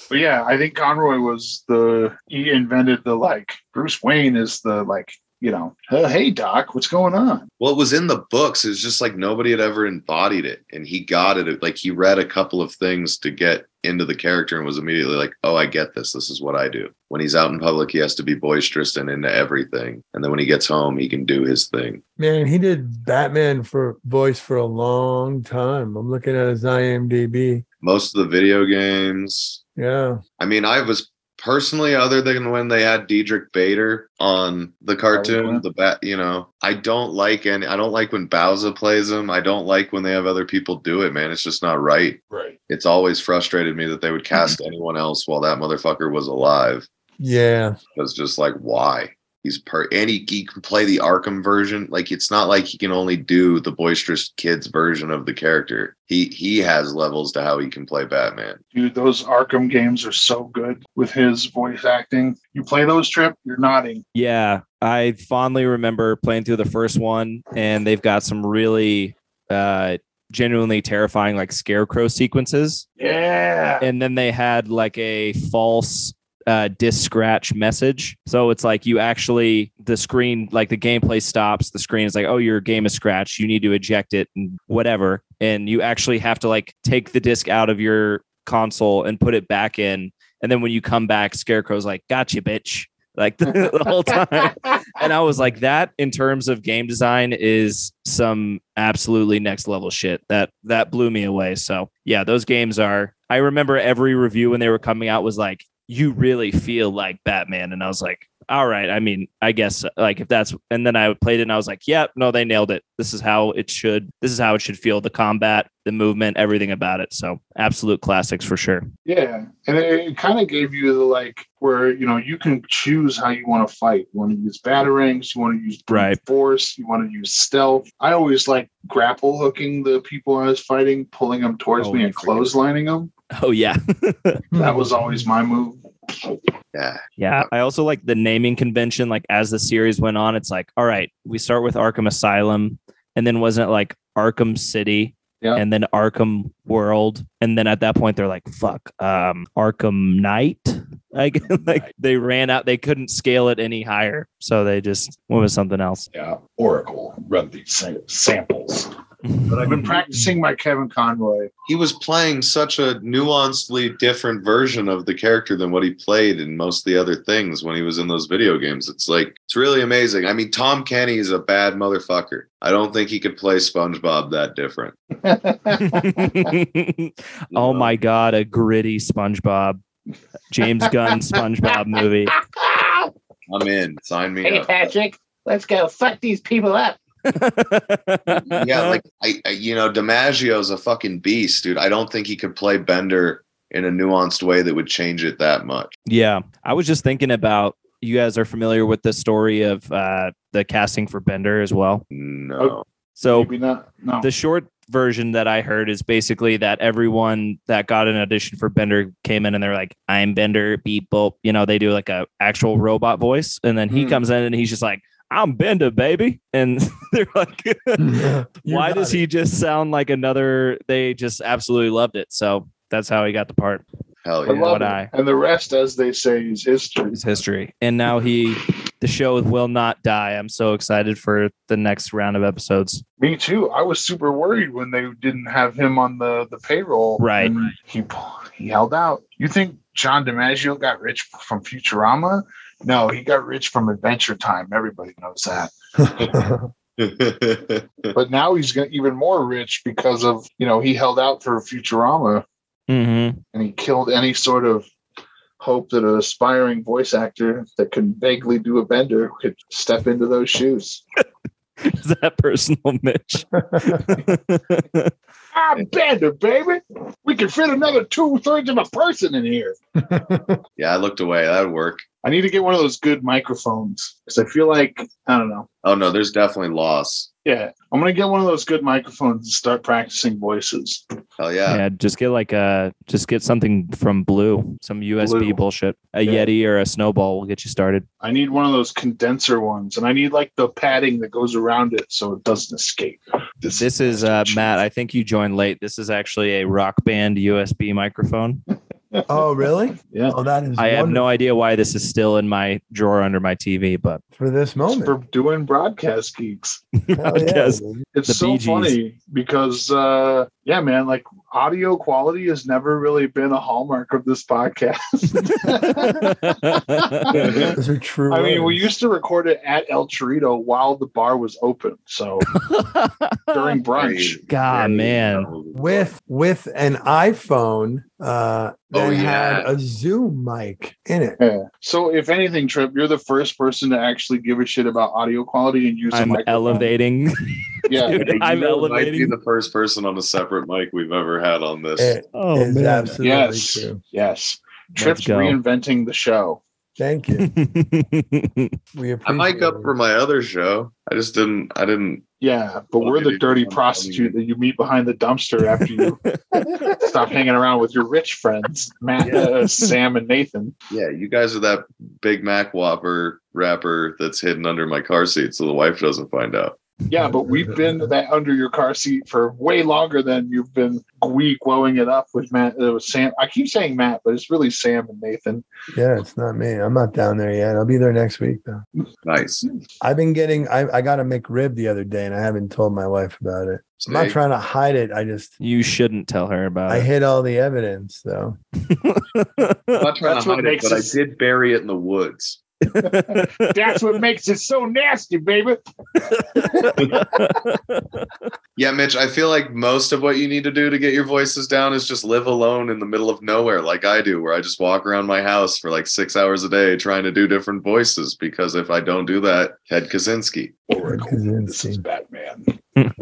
But yeah, I think Conroy was the he invented the like Bruce Wayne is the like, you know, "Uh, hey doc, what's going on?
Well, it was in the books. It was just like nobody had ever embodied it, and he got it. Like he read a couple of things to get into the character, and was immediately like, "Oh, I get this. This is what I do." When he's out in public, he has to be boisterous and into everything, and then when he gets home, he can do his thing.
Man, he did Batman for voice for a long time. I'm looking at his IMDb.
Most of the video games.
Yeah.
I mean, I was personally, other than when they had Diedrich Bader on the cartoon,
yeah.
the bat. You know, I don't like and I don't like when Bowser plays him. I don't like when they have other people do it. Man, it's just not right.
Right.
it's always frustrated me that they would cast anyone else while that motherfucker was alive.
Yeah.
It's just like why he's per and he, he can play the Arkham version. Like it's not like he can only do the boisterous kids version of the character. He he has levels to how he can play Batman.
Dude, those Arkham games are so good with his voice acting. You play those trip, you're nodding.
Yeah, I fondly remember playing through the first one, and they've got some really uh, genuinely terrifying, like scarecrow sequences.
Yeah.
And then they had like a false uh, disc scratch message. So it's like you actually, the screen, like the gameplay stops. The screen is like, oh, your game is scratched. You need to eject it and whatever. And you actually have to like take the disc out of your console and put it back in. And then when you come back, Scarecrow's like, gotcha, bitch. like the, the whole time. And I was like, that in terms of game design is some absolutely next level shit. That that blew me away. So yeah, those games are. I remember every review when they were coming out was like, you really feel like Batman, and I was like. All right. I mean, I guess like if that's and then I played it and I was like, yep, yeah, no, they nailed it. This is how it should. This is how it should feel. The combat, the movement, everything about it. So absolute classics for sure.
Yeah, and it, it kind of gave you the like where you know you can choose how you want to fight. You want to use batarangs, you want to use brute
Right.
force, you want to use stealth. I always like grapple hooking the people I was fighting, pulling them towards
Oh,
me
I
and
forget.
clotheslining them.
Oh yeah.
That was always my move.
Yeah.
Yeah. I also like the naming convention. Like as the series went on, it's like, all right, we start with Arkham Asylum, and then wasn't it like Arkham City?
Yeah.
And then Arkham World. And then at that point they're like, fuck, um, Arkham Knight. Like, like they ran out, they couldn't scale it any higher. So they just went with something else.
Yeah, Oracle run these sam- samples. But I've been practicing my Kevin Conroy.
He was playing such a nuancedly different version of the character than what he played in most of the other things when he was in those video games. It's like, it's really amazing. I mean, Tom Kenny is a bad motherfucker. I don't think he could play SpongeBob that different.
oh my god, a gritty SpongeBob, James Gunn SpongeBob movie.
I'm in. Sign me up.
Patrick, let's go fuck these people up.
yeah, like I, I, you know, DiMaggio's a fucking beast, dude. I don't think he could play Bender in a nuanced way that would change it that much.
Yeah, I was just thinking about. You guys are familiar with the story of uh, the casting for Bender as well.
No,
So
Maybe not. No.
the short version that I heard is basically that everyone that got an audition for Bender came in and they're like, "I'm Bender, beep boop." You know, they do like a actual robot voice, and then he
Hmm.
comes in and he's just like, "I'm Bender, baby," and they're like,
You
"Why
got
does
it.
he just sound like another?" They just absolutely loved it. So that's how he got the part.
hell
I
yeah.
love
what
it.
I-
And the rest, as they say, is history.
It's history. And now he, the show will not die. I'm so excited for the next round of episodes.
Me too. I was super worried when they didn't have him on the, the payroll.
Right.
And He he held out. You think John DiMaggio got rich from Futurama? No, he got rich from Adventure Time. Everybody knows that. But now he's gonna, even more rich because of you know he held out for Futurama
Mm-hmm.
and he killed any sort of hope that an aspiring voice actor that could vaguely do a bender could step into those shoes.
Is that personal, Mitch?
I'm bender, baby. We can fit another two thirds of a person in here.
yeah, I looked away. That'd work.
I need to get one of those good microphones because I feel like I don't know.
Oh no, there's definitely loss.
Yeah, I'm gonna get one of those good microphones and start practicing voices.
Hell yeah.
yeah, just get like a, just get something from Blue, some USB
Blue.
bullshit. A
Yeah.
Yeti or a Snowball will get you started.
I need one of those condenser ones, and I need like the padding that goes around it so it doesn't escape.
This is uh, Matt. I think you joined late. This is actually a Rock Band USB microphone.
oh, really?
Yeah.
Oh, that is.
I have
wonderful
no idea why this is still in my drawer under my TV, but
for this
It's
moment.
for doing broadcast geeks.
Hell yeah,
Yes.
dude.
it's
The
so
Bee Gees.
funny because uh yeah man like audio quality has never really been a hallmark of this podcast
Those are true.
i mean we
words.
used to record it at el chorito while the bar was open so during brunch
God, man.
with with an iPhone uh that
Oh, yeah.
had a Zoom mic in it.
yeah. So if anything, Trip, you're the first person to actually give a shit about audio quality and use. a
I'm
microphone.
elevating.
Yeah,
Dude, I'm
might be
elevating.
the first person on a separate mic we've ever had on this.
It
Oh,
is absolutely
Yes.
true.
yes.
Let's
Trip's
go.
reinventing the show.
Thank you. We
I
appreciate
mic up
it.
for my other show. I just didn't. I didn't.
Yeah, but
Well,
we're the
maybe
dirty
I'm- I'm-
prostitute that you meet behind the dumpster after you stop hanging around with your rich friends, Matt, uh, Sam, and Nathan.
Yeah, you guys are that Big Mac Whopper wrapper that's hidden under my car seat, so the wife doesn't find out.
Yeah, but we've been that under your car seat for way longer than you've been we glowing it up with Matt, uh, with Sam. I keep saying Matt, but it's really Sam and Nathan.
Yeah, it's not me. I'm not down there yet. I'll be there next week though.
Nice.
I've been getting I, I got a McRib the other day and I haven't told my wife about it. I'm not
See?
trying to hide it. I just
you shouldn't tell her about
I hid all the evidence though.
it.
I'm not trying
That's
to hide
what
it,
makes
but I
us-
did bury it in the woods.
That's what makes it so nasty, baby.
Yeah, Mitch, I feel like most of what you need to do to get your voices down is just live alone in the middle of nowhere, like I do, where I just walk around my house for like six hours a day trying to do different voices. Because if I don't do that, Ted Kaczynski.
This is
Kaczynski.
Batman.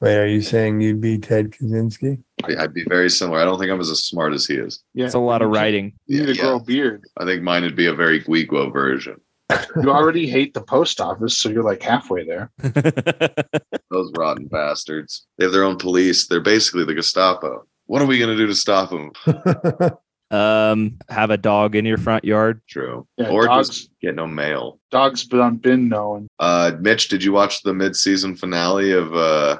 Wait, are you saying you'd be Ted Kaczynski?
I- I'd be very similar. I don't think I'm as smart as he is.
Yeah,
It's a lot of writing.
You need to
Yeah.
grow a beard.
I think mine would be a very Guigo version.
You already hate the post office, so you're like halfway there.
Those rotten bastards. They have their own police. They're basically the Gestapo. What are we going to do to stop them?
um, have a dog in your front yard.
True.
Yeah,
or
dogs,
just get no mail.
dogs, but on bin known.
Uh, Mitch, did you watch the mid-season finale of uh,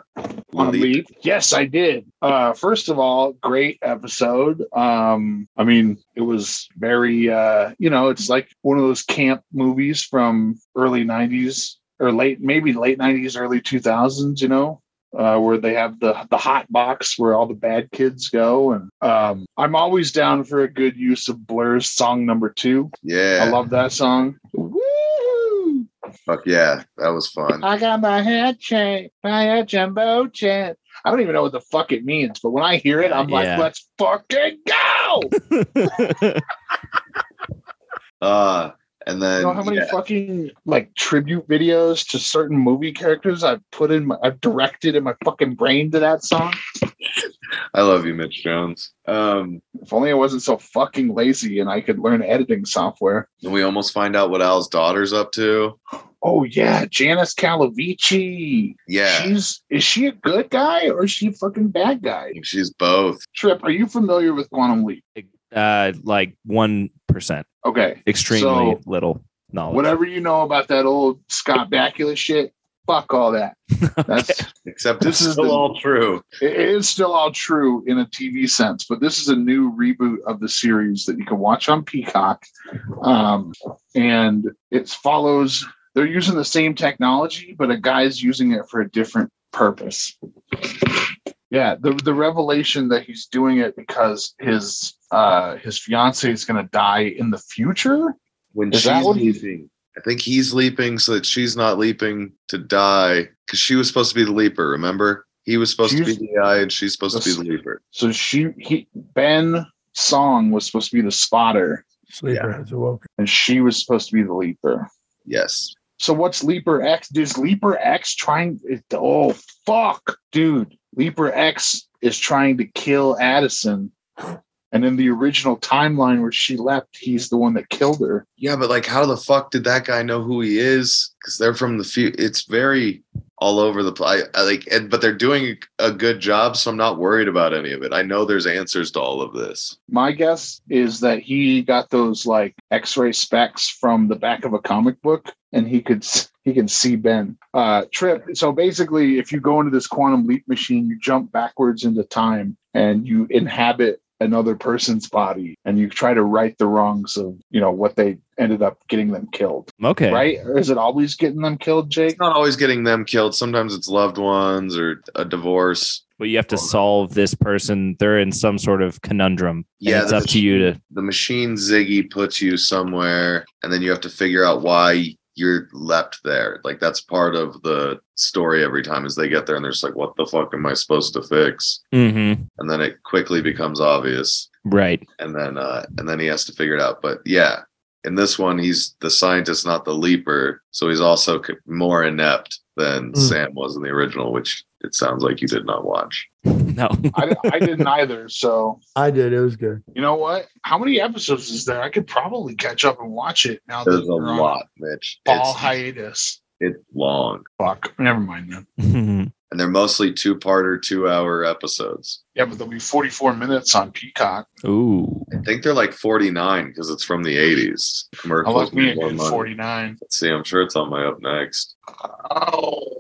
on
Leap?
leap. Yes, I did. Uh, first of all, great episode. Um, I mean, it was very, uh, you know, it's like one of those camp movies from early '90s or late, maybe late '90s, early 2000s. You know. Uh, where they have the the hot box where all the bad kids go, and um, I'm always down for a good use of Blur's song number two.
Yeah,
I love that song. Woo!
fuck yeah, that was fun.
I got my head chant, my head jumbo chant. I don't even know what the fuck it means, but when I hear it, I'm like,
Yeah.
let's fucking go!
Uh, and then
You know how many
yeah,
fucking like tribute videos to certain movie characters I've put in, my, I've directed in my fucking brain to that song?
I love you, Mitch Jones. Um,
If only I wasn't so fucking lazy and I could learn editing software.
and we almost find out what Al's daughter's up to.
Oh yeah, Janice Calavici.
Yeah,
She's is she a good guy or is she a fucking bad guy?
she's both.
Trip, are you familiar with Quantum Leap?
Uh, like one percent,
Okay.
extremely
So-
little knowledge.
whatever you know about that old Scott Bakula shit, fuck all that. That's
Except
This
this
is
is still
the-
all true.
it is still all true in a TV sense, but this is a new reboot of the series that you can watch on Peacock, um, and it follows. They're using the same technology, but a guy's using it for a different purpose. Yeah, the the revelation that he's doing it because his uh, his fiance is going to die in the future.
When
Is
she's
that what he-
leaping, I think he's leaping so that she's not leaping to die because she was supposed to be the leaper. Remember, he was supposed
She's-
to be the AI, and she's supposed to be the leaper.
So she he Ben Song was supposed to be the spotter,
Sleeper has awoken.
and she was supposed to be the leaper.
Yes,
So what's Leaper X? Is Leaper X trying? it- Oh fuck, dude! Leaper X is trying to kill Addison, and in the original timeline where she left, he's the one that killed her.
Yeah, but like, how the fuck did that guy know who he is? Because they're from the few. It's very all over the place. I, I like, and, but they're doing a good job, so I'm not worried about any of it. I know there's answers to all of this.
My guess is that he got those like X-ray specs from the back of a comic book, and he could s- he can see Ben. Uh, Trip. So basically, if you go into this quantum leap machine, you jump backwards into time, and you inhabit another person's body, and you try to right the wrongs of you know what they ended up getting them killed,
Okay.
right? Or is it always getting them killed, Jake?
It's not always getting them killed. Sometimes it's loved ones or a divorce.
But you have to solve this person. They're in some sort of conundrum. Yeah.
Yeah,
It's up
that's-
to you to.
The machine Ziggy puts you somewhere, and then you have to figure out why you're left there. Like that's part of the story every time is they get there and they're just like, what the fuck am I supposed to fix?
Mm-hmm.
And then it quickly becomes obvious.
Right.
and then uh and then he has to figure it out but yeah in this one he's the scientist not the leaper so he's also c- more inept than
Mm.
sam was in the original which it sounds like you did not watch
No.
I, I didn't either. So
I did. It was good.
you know what? How many episodes is there? I could probably catch up and watch it now.
there's a
we're on
lot mitch
All
it's,
hiatus.
it's long
Fuck. Never mind then.
and they're mostly two-parter two-hour episodes
Yeah, but there'll be 44 minutes on Peacock.
Ooh.
i think they're like 49 because it's from the 80s
I
commercials
like me a
make more
good
money.
49.
Let's see i'm sure it's on my up next
Oh,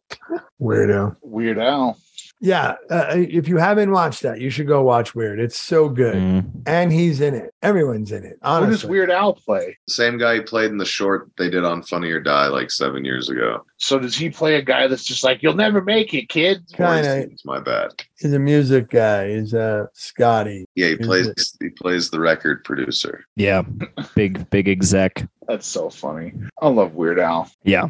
Weirdo.
Weird Al.
yeah, uh, if you haven't watched that, you should go watch Weird. It's so good,
Mm.
and he's in it. Everyone's in it.
Who does
Honestly,
Weird Al play?
Same guy he played in the short they did on Funny or Die like seven years ago.
So does he play a guy that's just like, you'll never make it, kid?
Kinda.
It's my bad.
he's a music guy. He's uh, Scotty.
Yeah, he
Is
plays
it-
he plays the record producer.
Yeah, big big exec.
That's so funny. I love Weird Al.
Yeah,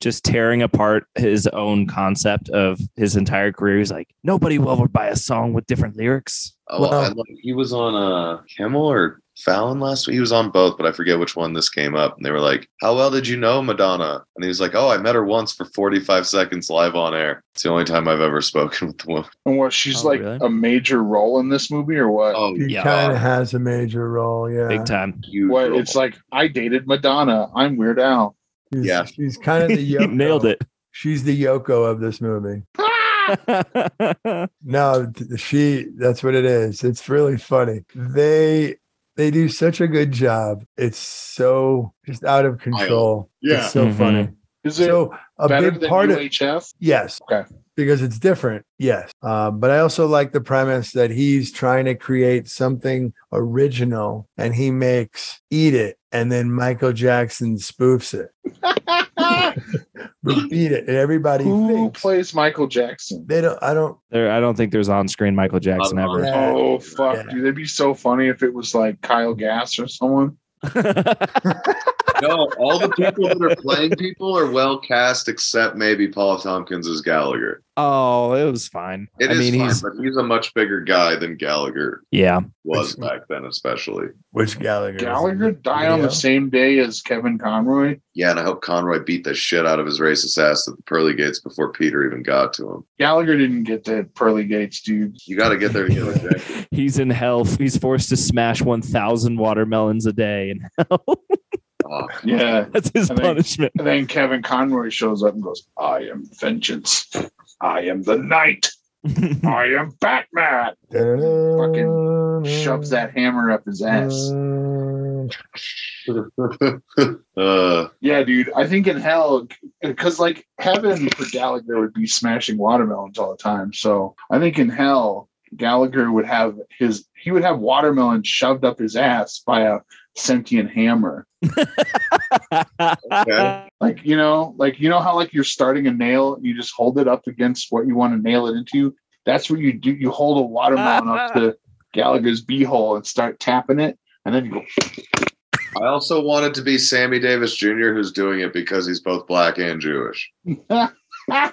just tearing apart his own concept of his entire career. He's like, nobody will ever buy a song with different lyrics.
Oh,
Wow.
I love- he was on uh, Kimmel or Fallon last week. He was on both, but I forget which one this came up. And they were like, "How well did you know Madonna?" And he was like, "Oh, I met her once for 45 seconds live on air. It's the only time I've ever spoken with the woman."
And what, she's
Oh,
like
really?
a major role in this movie or what?
Oh,
He
Yeah.
kind of has a major role. Yeah,
Big time.
you
what? It's like, I dated Madonna. I'm Weird Al.
He's,
Yeah.
she's kind of the
He
Yoko.
nailed it.
She's the Yoko of this movie.
Ah!
No, th- she. That's what it is. It's really funny. They they do such a good job. It's so just out of control.
Yeah.
it's so
Mhm.
funny.
Is it
So a
better
big
than
part of
UHF?
yes,
Okay.
because it's different. Yes, um, but I also like the premise that he's trying to create something original, and he makes "Eat It," and then Michael Jackson spoofs it. Repeat it, and everybody
Who
thinks
plays Michael Jackson?
they don't. I don't.
There, I don't think there's on-screen Michael Jackson
Not
ever.
Yeah.
Oh fuck,
Yeah.
dude! That'd be so funny if it was like Kyle Gass or someone.
no, all the people that are playing people are well cast, except maybe Paul Tompkins as Gallagher.
oh, it was fine.
It
I
is
mean,
fine,
he's
but he's a much bigger guy than Gallagher
yeah.
was back then, especially.
Which Gallagher? is in
Gallagher
the
died on the
video.
same day as Kevin Conroy.
Yeah, and I hope Conroy beat the shit out of his racist ass at the pearly gates before Peter even got to him.
Gallagher didn't get that pearly gates, dude.
You got to get there to get rejected.
He's in hell. He's forced to smash 1,000 watermelons a day. And
Oh,
Yeah.
that's his
I mean-
punishment.
And then Kevin Conroy shows up and goes, "I am vengeance. I am the knight. I am Batman." Fucking
Mm.
Shoves that hammer up his ass.
uh,
Yeah, dude. I think in hell, because like heaven for Gallagher would be smashing watermelons all the time. So I think in hell, Gallagher would have his he would have watermelon shoved up his ass by a sentient hammer. Like you know, like you know how like you're starting a nail, you just hold it up against what you want to nail it into. That's what you do. You hold a watermelon up to Gallagher's beehole and start tapping it, and then you go.
I also wanted to be Sammy Davis Jr., who's doing it because he's both black and Jewish. I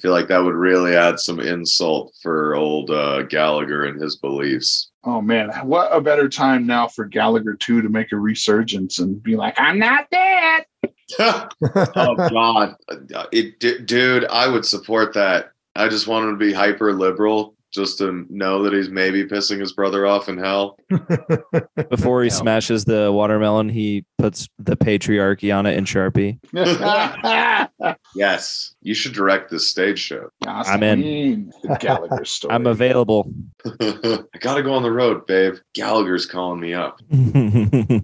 feel like that would really add some insult for old uh, Gallagher and his beliefs.
Oh man, what a better time now for Gallagher 2 to make a resurgence and be like, I'm not dead.
oh God, it, d- dude, I would support that. I just want him to be hyper liberal, just to know that he's maybe pissing his brother off in hell.
Before he
Yeah.
smashes the watermelon, he puts the patriarchy on it in Sharpie.
Yes, you should direct this stage show.
I'm in.
in. The Gallagher story.
I'm available.
I gotta go on the road, babe. Gallagher's calling me up.
yeah,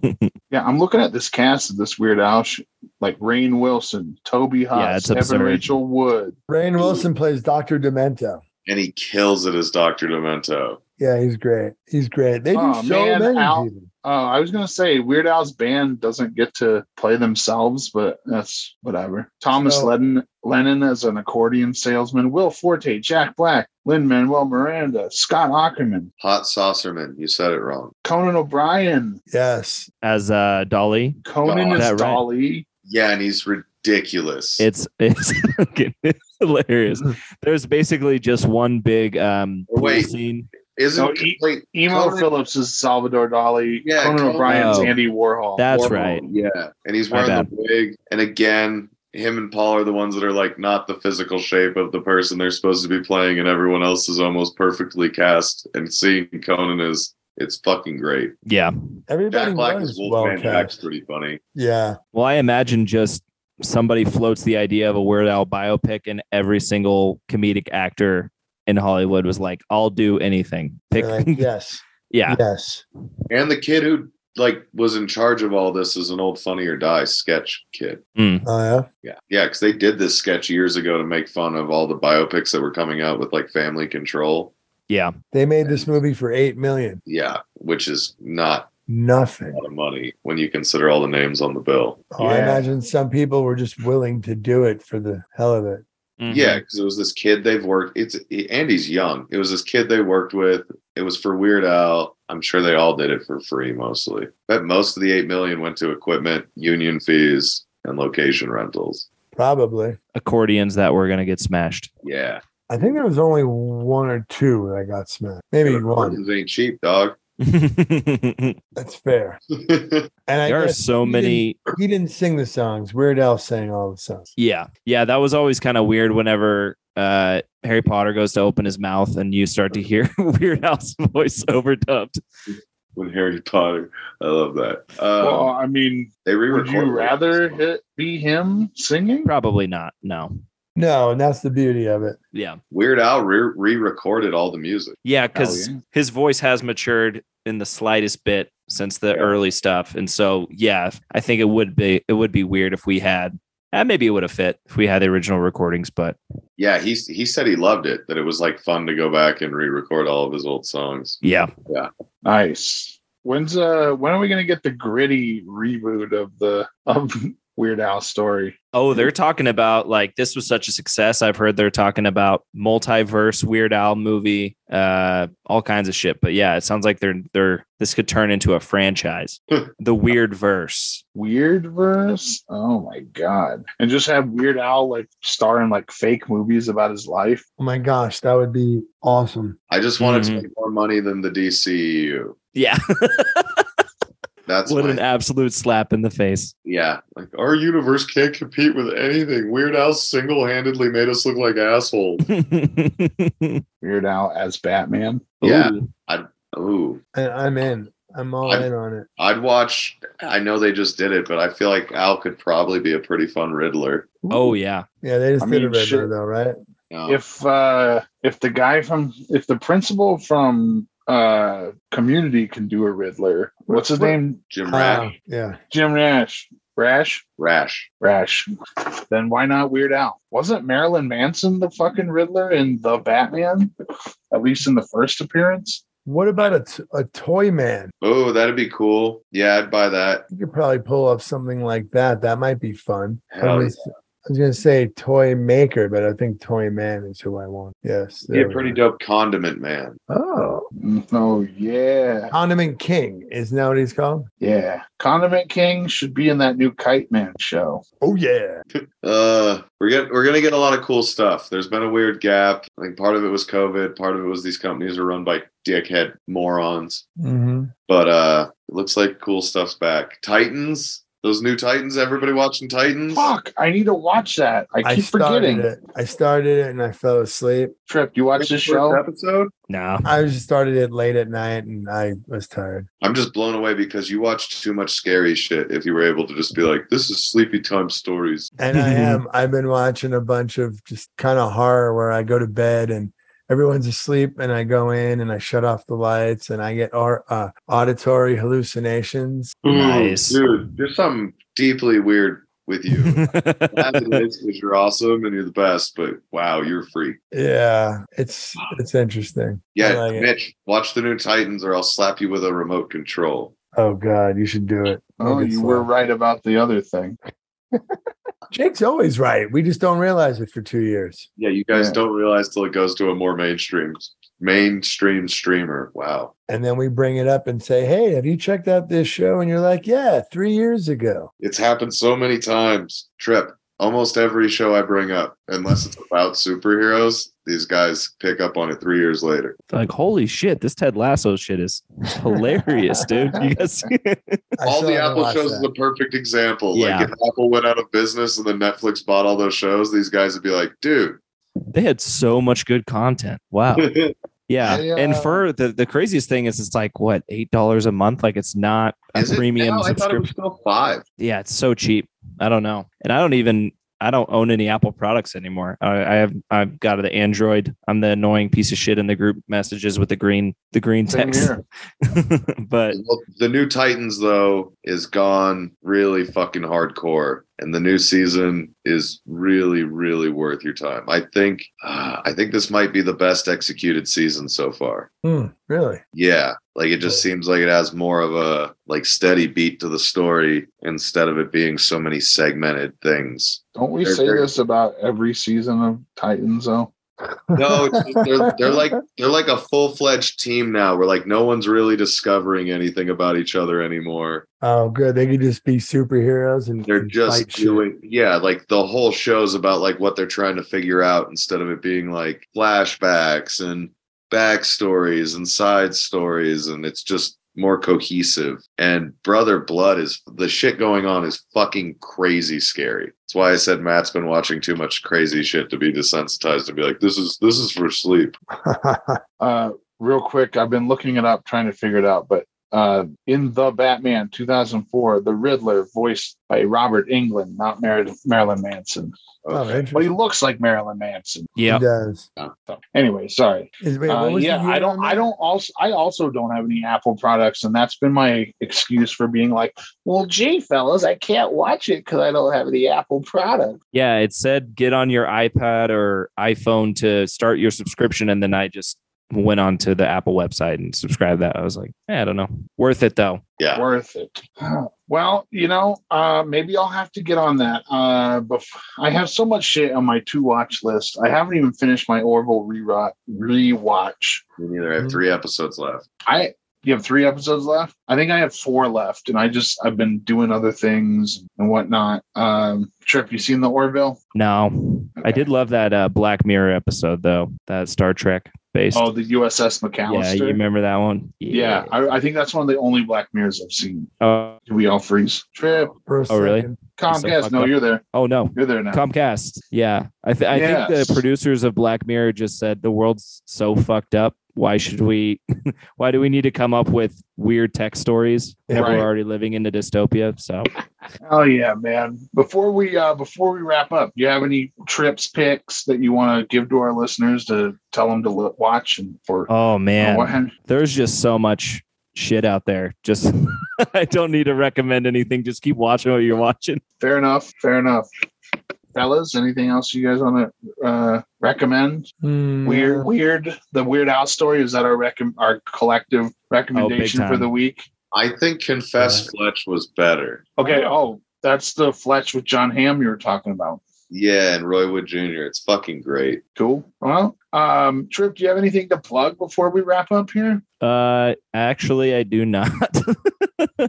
yeah, I'm looking at this cast of this Weird Al, sh- like Rain Wilson, Toby
it's
Huss, Evan
absurd.
Rachel Wood.
Rain Wilson plays Doctor Demento.
And he kills it as Dr. Demento.
Yeah, he's great. He's great. They do
Oh,
so
man,
many.
Al-
people.
Uh, I was going to say Weird Al's band doesn't get to play themselves, but that's whatever. Thomas
So-
Lennon, Lennon as an accordion salesman, Will Forte, Jack Black, Lynn Manuel Miranda, Scott Ackerman,
Hot Saucerman, you said it wrong.
Conan O'Brien,
Yes.
as uh, Dolly,
Conan
God.
is
That right?
Dolly.
Yeah, and he's ridiculous.
it's it's, okay, it's hilarious. There's basically just one big um, pool
Wait.
scene.
Isn't
No, he-
complete.
Emo
Conan-
Phillips is Salvador Dali.
Yeah,
Conan
Conan-
O'Brien's
Oh.
Andy Warhol.
That's
Warhol,
right.
Yeah, and he's
My
wearing the wig. And again, him and Paul are the ones that are like not the physical shape of the person they're supposed to be playing, and everyone else is almost perfectly cast. And seeing Conan is it's fucking great.
Yeah.
Everybody
Jack Black
was
is
well
Wolfman Jack's
cast.
pretty funny.
Yeah.
Well, I imagine just somebody floats the idea of a Weird Al biopic, and every single comedic actor in Hollywood was like, "I'll do anything." Pick,
They're like, yes.
yeah,
Yes.
And the kid who like was in charge of all this is an old Funny or Die sketch kid.
Oh
Yeah, yeah, because they did this sketch years ago to make fun of all the biopics that were coming out with like Family Control.
yeah.
Yeah.
They made this movie for eight million.
Yeah, which is not a
Nothing.
lot of money when you consider all the names on the bill.
Oh, I
Yeah.
imagine some people were just willing to do it for the hell of it.
Mm-hmm.
Yeah, because it was this kid they've worked. It's Andy's young. It was this kid they worked with. It was for Weird Al. I'm sure they all did it for free mostly. But most of the eight million went to equipment, union fees, and location rentals.
Probably.
Accordions that were gonna get smashed.
Yeah,
I think there was only one or two that got smashed. Maybe one.
Recordings ain't cheap, dog.
there
That's fair. And I
are
guess
so
he
many
didn't- he didn't sing the songs. Weird Al sang all the songs.
Yeah. Yeah. That was always kind of weird whenever uh Harry Potter goes to open his mouth and you start to hear Weird Al's voice overdubbed.
when Harry Potter, I love that. Um,
well, I mean,
they
would
re-recorded.
you
it.
rather it be him singing?
Probably not. No.
No, and that's the beauty of it.
Yeah.
Weird Al re- re-recorded all the music.
Yeah. Cause
Hell yeah.
his voice has matured in the slightest bit since the
Yeah.
early stuff. And so, yeah, I think it would be, it would be weird if we had, and maybe it would have fit if we had the original recordings, but
Yeah, he he said he loved it. That it was like fun to go back and re-record all of his old songs.
yeah.
Nice. When's uh when are we gonna get the gritty reboot of the of Weird Al story?
Oh, they're talking about like this was such a success. I've heard they're talking about multiverse, Weird Al movie, uh, all kinds of shit. But yeah, it sounds like they're they're this could turn into a franchise, the Weird Verse.
Weird verse? Oh my god. And just have Weird Al like star in like fake movies about his life.
Oh my gosh, that would be awesome.
I just wanted
Mhm.
to make more money than the DCU.
Yeah,
That's
what
my-
an absolute slap in the face.
yeah. Like our universe can't compete with anything. Weird Al single-handedly made us look like assholes.
Weird Al as Batman.
Yeah.
Ooh.
Ooh,
I, I'm in. I'm all
I'm-
in on it.
I'd watch.
Uh.
I know they just did it, but I feel like Al could probably be a pretty fun Riddler.
Oh yeah.
Yeah, they just
I
did a
mean,
Riddler
shit.
though, right?
Um,
If uh if the guy from if the principal from uh community can do a Riddler, what's his name?
Jim
Uh,
Rash,
yeah.
Jim Rash. Rash?
Rash.
Rash. Then why not Weird Al? Wasn't Marilyn Manson the fucking Riddler in the Batman? At least in the first appearance?
What about a, t- a toy man?
Oh, that'd be cool. Yeah, I'd buy that.
You could probably pull up something like that. That might be fun. I
Hell
was, I was gonna say toy maker, but I think toy man is who I want. Yes.
Be
there
a
we
pretty
go.
dope condiment man.
Oh,
Oh, yeah.
condiment king is now what he's called.
Yeah. Condiment King should be in that new Kite Man show.
Oh yeah.
Uh, we're get, we're gonna get a lot of cool stuff. There's been a weird gap. I think part of it was COVID. Part of it was these companies are run by dickhead morons.
Mm-hmm.
But uh, it looks like cool stuff's back. Titans. Those new Titans. Everybody watching Titans.
Fuck, I need to watch that. I
I
keep
started
forgetting.
it. I started it and I fell asleep.
Trip, you watch
Watch
this
the
show?
first episode.
Nah.
I was- started it late at night and I was tired.
I'm just blown away because you watched too much scary shit. If you were able to just be like, "This is sleepy time stories."
And I am. I've been watching a bunch of just kind of horror where I go to bed and everyone's asleep and I go in and I shut off the lights and I get ar- uh, auditory hallucinations.
Ooh,
Nice.
Mm, dude. There's something deeply weird with you. Glad it is, 'cause you're awesome and you're the best, but wow, you're a freak.
Yeah, it's it's interesting.
Yeah,
like it.
Mitch, watch the new Titans or I'll slap you with a remote control.
Oh God, you should do it.
Oh,
Make it
you were
slow.
right about the other thing.
Jake's always right. We just don't realize it for two years.
Yeah, you guys
Yeah.
don't realize till it goes to a more mainstream mainstream streamer. Wow.
And then we bring it up and say, "Hey, have you checked out this show?" And you're like, "Yeah, three years ago."
It's happened so many times. Trip. Almost every show I bring up, unless it's about superheroes, these guys pick up on it three years later.
like holy shit, this Ted Lasso shit is hilarious, dude. You guys
I
all
still
the
haven't
Apple
watched
shows is
that.
a perfect example.
Yeah.
Like if Apple went out of business and then Netflix bought all those shows, these guys would be like, dude,
they had so much good content. Wow. Yeah.
I,
and
uh,
for the, the craziest thing is it's like what eight dollars a month? Like it's not a
Is it
premium
now? I thought it was
subscription.
still five.
yeah, it's so cheap. I don't know. And I don't even I don't own any Apple products anymore. I, I have I've got the Android. I'm the annoying piece of shit in the group messages with the green the green
Same
text.
here.
but
Well, the new Titans though is gone really fucking hardcore, and the new season is really, really worth your time. I think, uh, I think this might be the best executed season so far.
Hmm, really?
Yeah, like it just seems like it has more of a like steady beat to the story instead of it being so many segmented things.
Don't we
They're
say
very-
this about every season of Titans though?
No, it's just, they're, they're like they're like a full fledged team now. Where like no one's really discovering anything about each other anymore.
Oh, good. They could just be superheroes and
They're
and
just
fight shit.
doing yeah, like the whole show's about like what they're trying to figure out instead of it being like flashbacks and backstories and side stories, and it's just more cohesive. And Brother Blood is the shit going on is fucking crazy scary. That's why I said Matt's been watching too much crazy shit to be desensitized and be like, this is this is for sleep.
Oh,
Uh real quick, I've been looking it up trying to figure it out, but uh in The Batman 2004, the Riddler voiced by Robert England, not Mar- Marilyn Manson.
oh, interesting.
But he looks like Marilyn Manson.
yeah,
He does.
So, anyway, sorry.
Is- wait,
Uh,
what was the
yeah,
year
I
on
don't.
that?
I don't also. I also don't have any Apple products, and that's been my excuse for being like, "Well, gee, fellas, I can't watch it because I don't have the Apple product."
yeah. It said get on your iPad or iPhone to start your subscription, and then I just went on to the Apple website and subscribed that. I was like, eh, I don't know, worth it though.
Yeah.
Worth it. Well, you know, uh, maybe I'll have to get on that. Uh, bef- I have so much shit on my to watch list. I haven't even finished my Orville rewatch. Rewatch.
Me neither. I have
Mhm.
three episodes left.
I. You have three episodes left. I think I have four left, and I just I've been doing other things and whatnot. Um, Trip, you seen the Orville?
No, I
Okay.
did love that uh, Black Mirror episode though. That Star Trek based.
Oh, the USS
yeah,
McAllister.
you remember that one?
Yeah, I, I think that's one of the only Black Mirrors I've seen.
Oh,
Do we all freeze? Trip,
For a
Oh, really?
second.
So
Comcast,
fucked
no,
up.
you're there.
oh no.
You're there now.
Comcast. Yeah. I, th- I think
Yes.
the producers of Black Mirror just said the world's so fucked up. Why should we? why do we need to come up with weird tech stories if
Right.
we're already living in a dystopia? So
oh yeah, man. Before we uh before we wrap up, do you have any trips picks that you want to give to our listeners to tell them to look, watch and for
oh man.
what-
there's just so much shit out there. Just I don't need to recommend anything. Just keep watching what you're watching.
Fair enough. Fair enough. Fellas, anything else you guys want to uh, recommend?
Hmm,
Weird, weird. The Weird Al story is that our rec- our collective recommendation for
Oh, time.
the week.
I think Confess Fletch was better.
Okay. Oh, that's the Fletch with John Hamm you were talking about.
Yeah, and Roy Wood Jr. It's fucking great.
Cool. Well, um, Trip, do you have anything to plug before we wrap up here?
Uh actually I do not.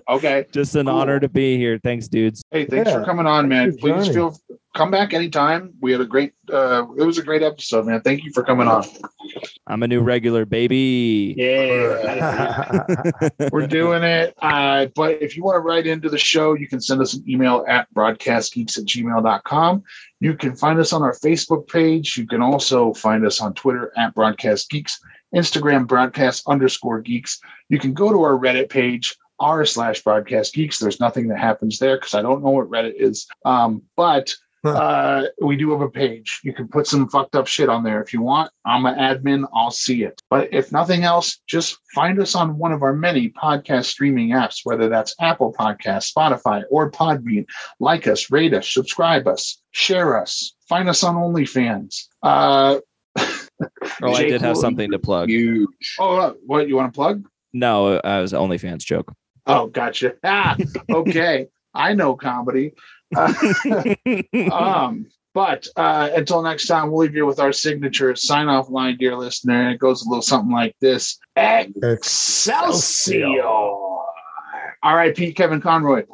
Okay.
just an
Cool.
honor to be here. Thanks, dudes.
Hey, thanks
Yeah.
for coming on, man.
Thanks for
Please
joining.
feel come back anytime. We had a great uh it was a great episode, man. Thank you for coming on.
I'm a new regular, baby.
Yeah. We're doing it. Uh, but if you want to write into the show, you can send us an email at broadcastgeeks at gmail.com. You can find us on our Facebook page. You can also find us on Twitter at Broadcast Geeks, Instagram broadcast underscore geeks. You can go to our Reddit page, r slash broadcast geeks. There's nothing that happens there because I don't know what Reddit is. Um, but uh, we do have a page. You can put some fucked up shit on there if you want. I'm an admin. I'll see it. But if nothing else, just find us on one of our many podcast streaming apps, whether that's Apple Podcasts, Spotify, or Podbean. Like us, rate us, subscribe us, share us. Find us on OnlyFans. Uh,
Oh, I
Jake
did have
will-
something to plug.
Huge.
Oh, uh, what you want to plug?
No, I was OnlyFans joke.
Oh, gotcha. Ah, okay. I know comedy. Uh, um, but uh, until next time, we'll leave you with our signature sign off line, dear listener. And it goes a little something like this Excelsior!
Excelsior.
RIP Kevin Conroy.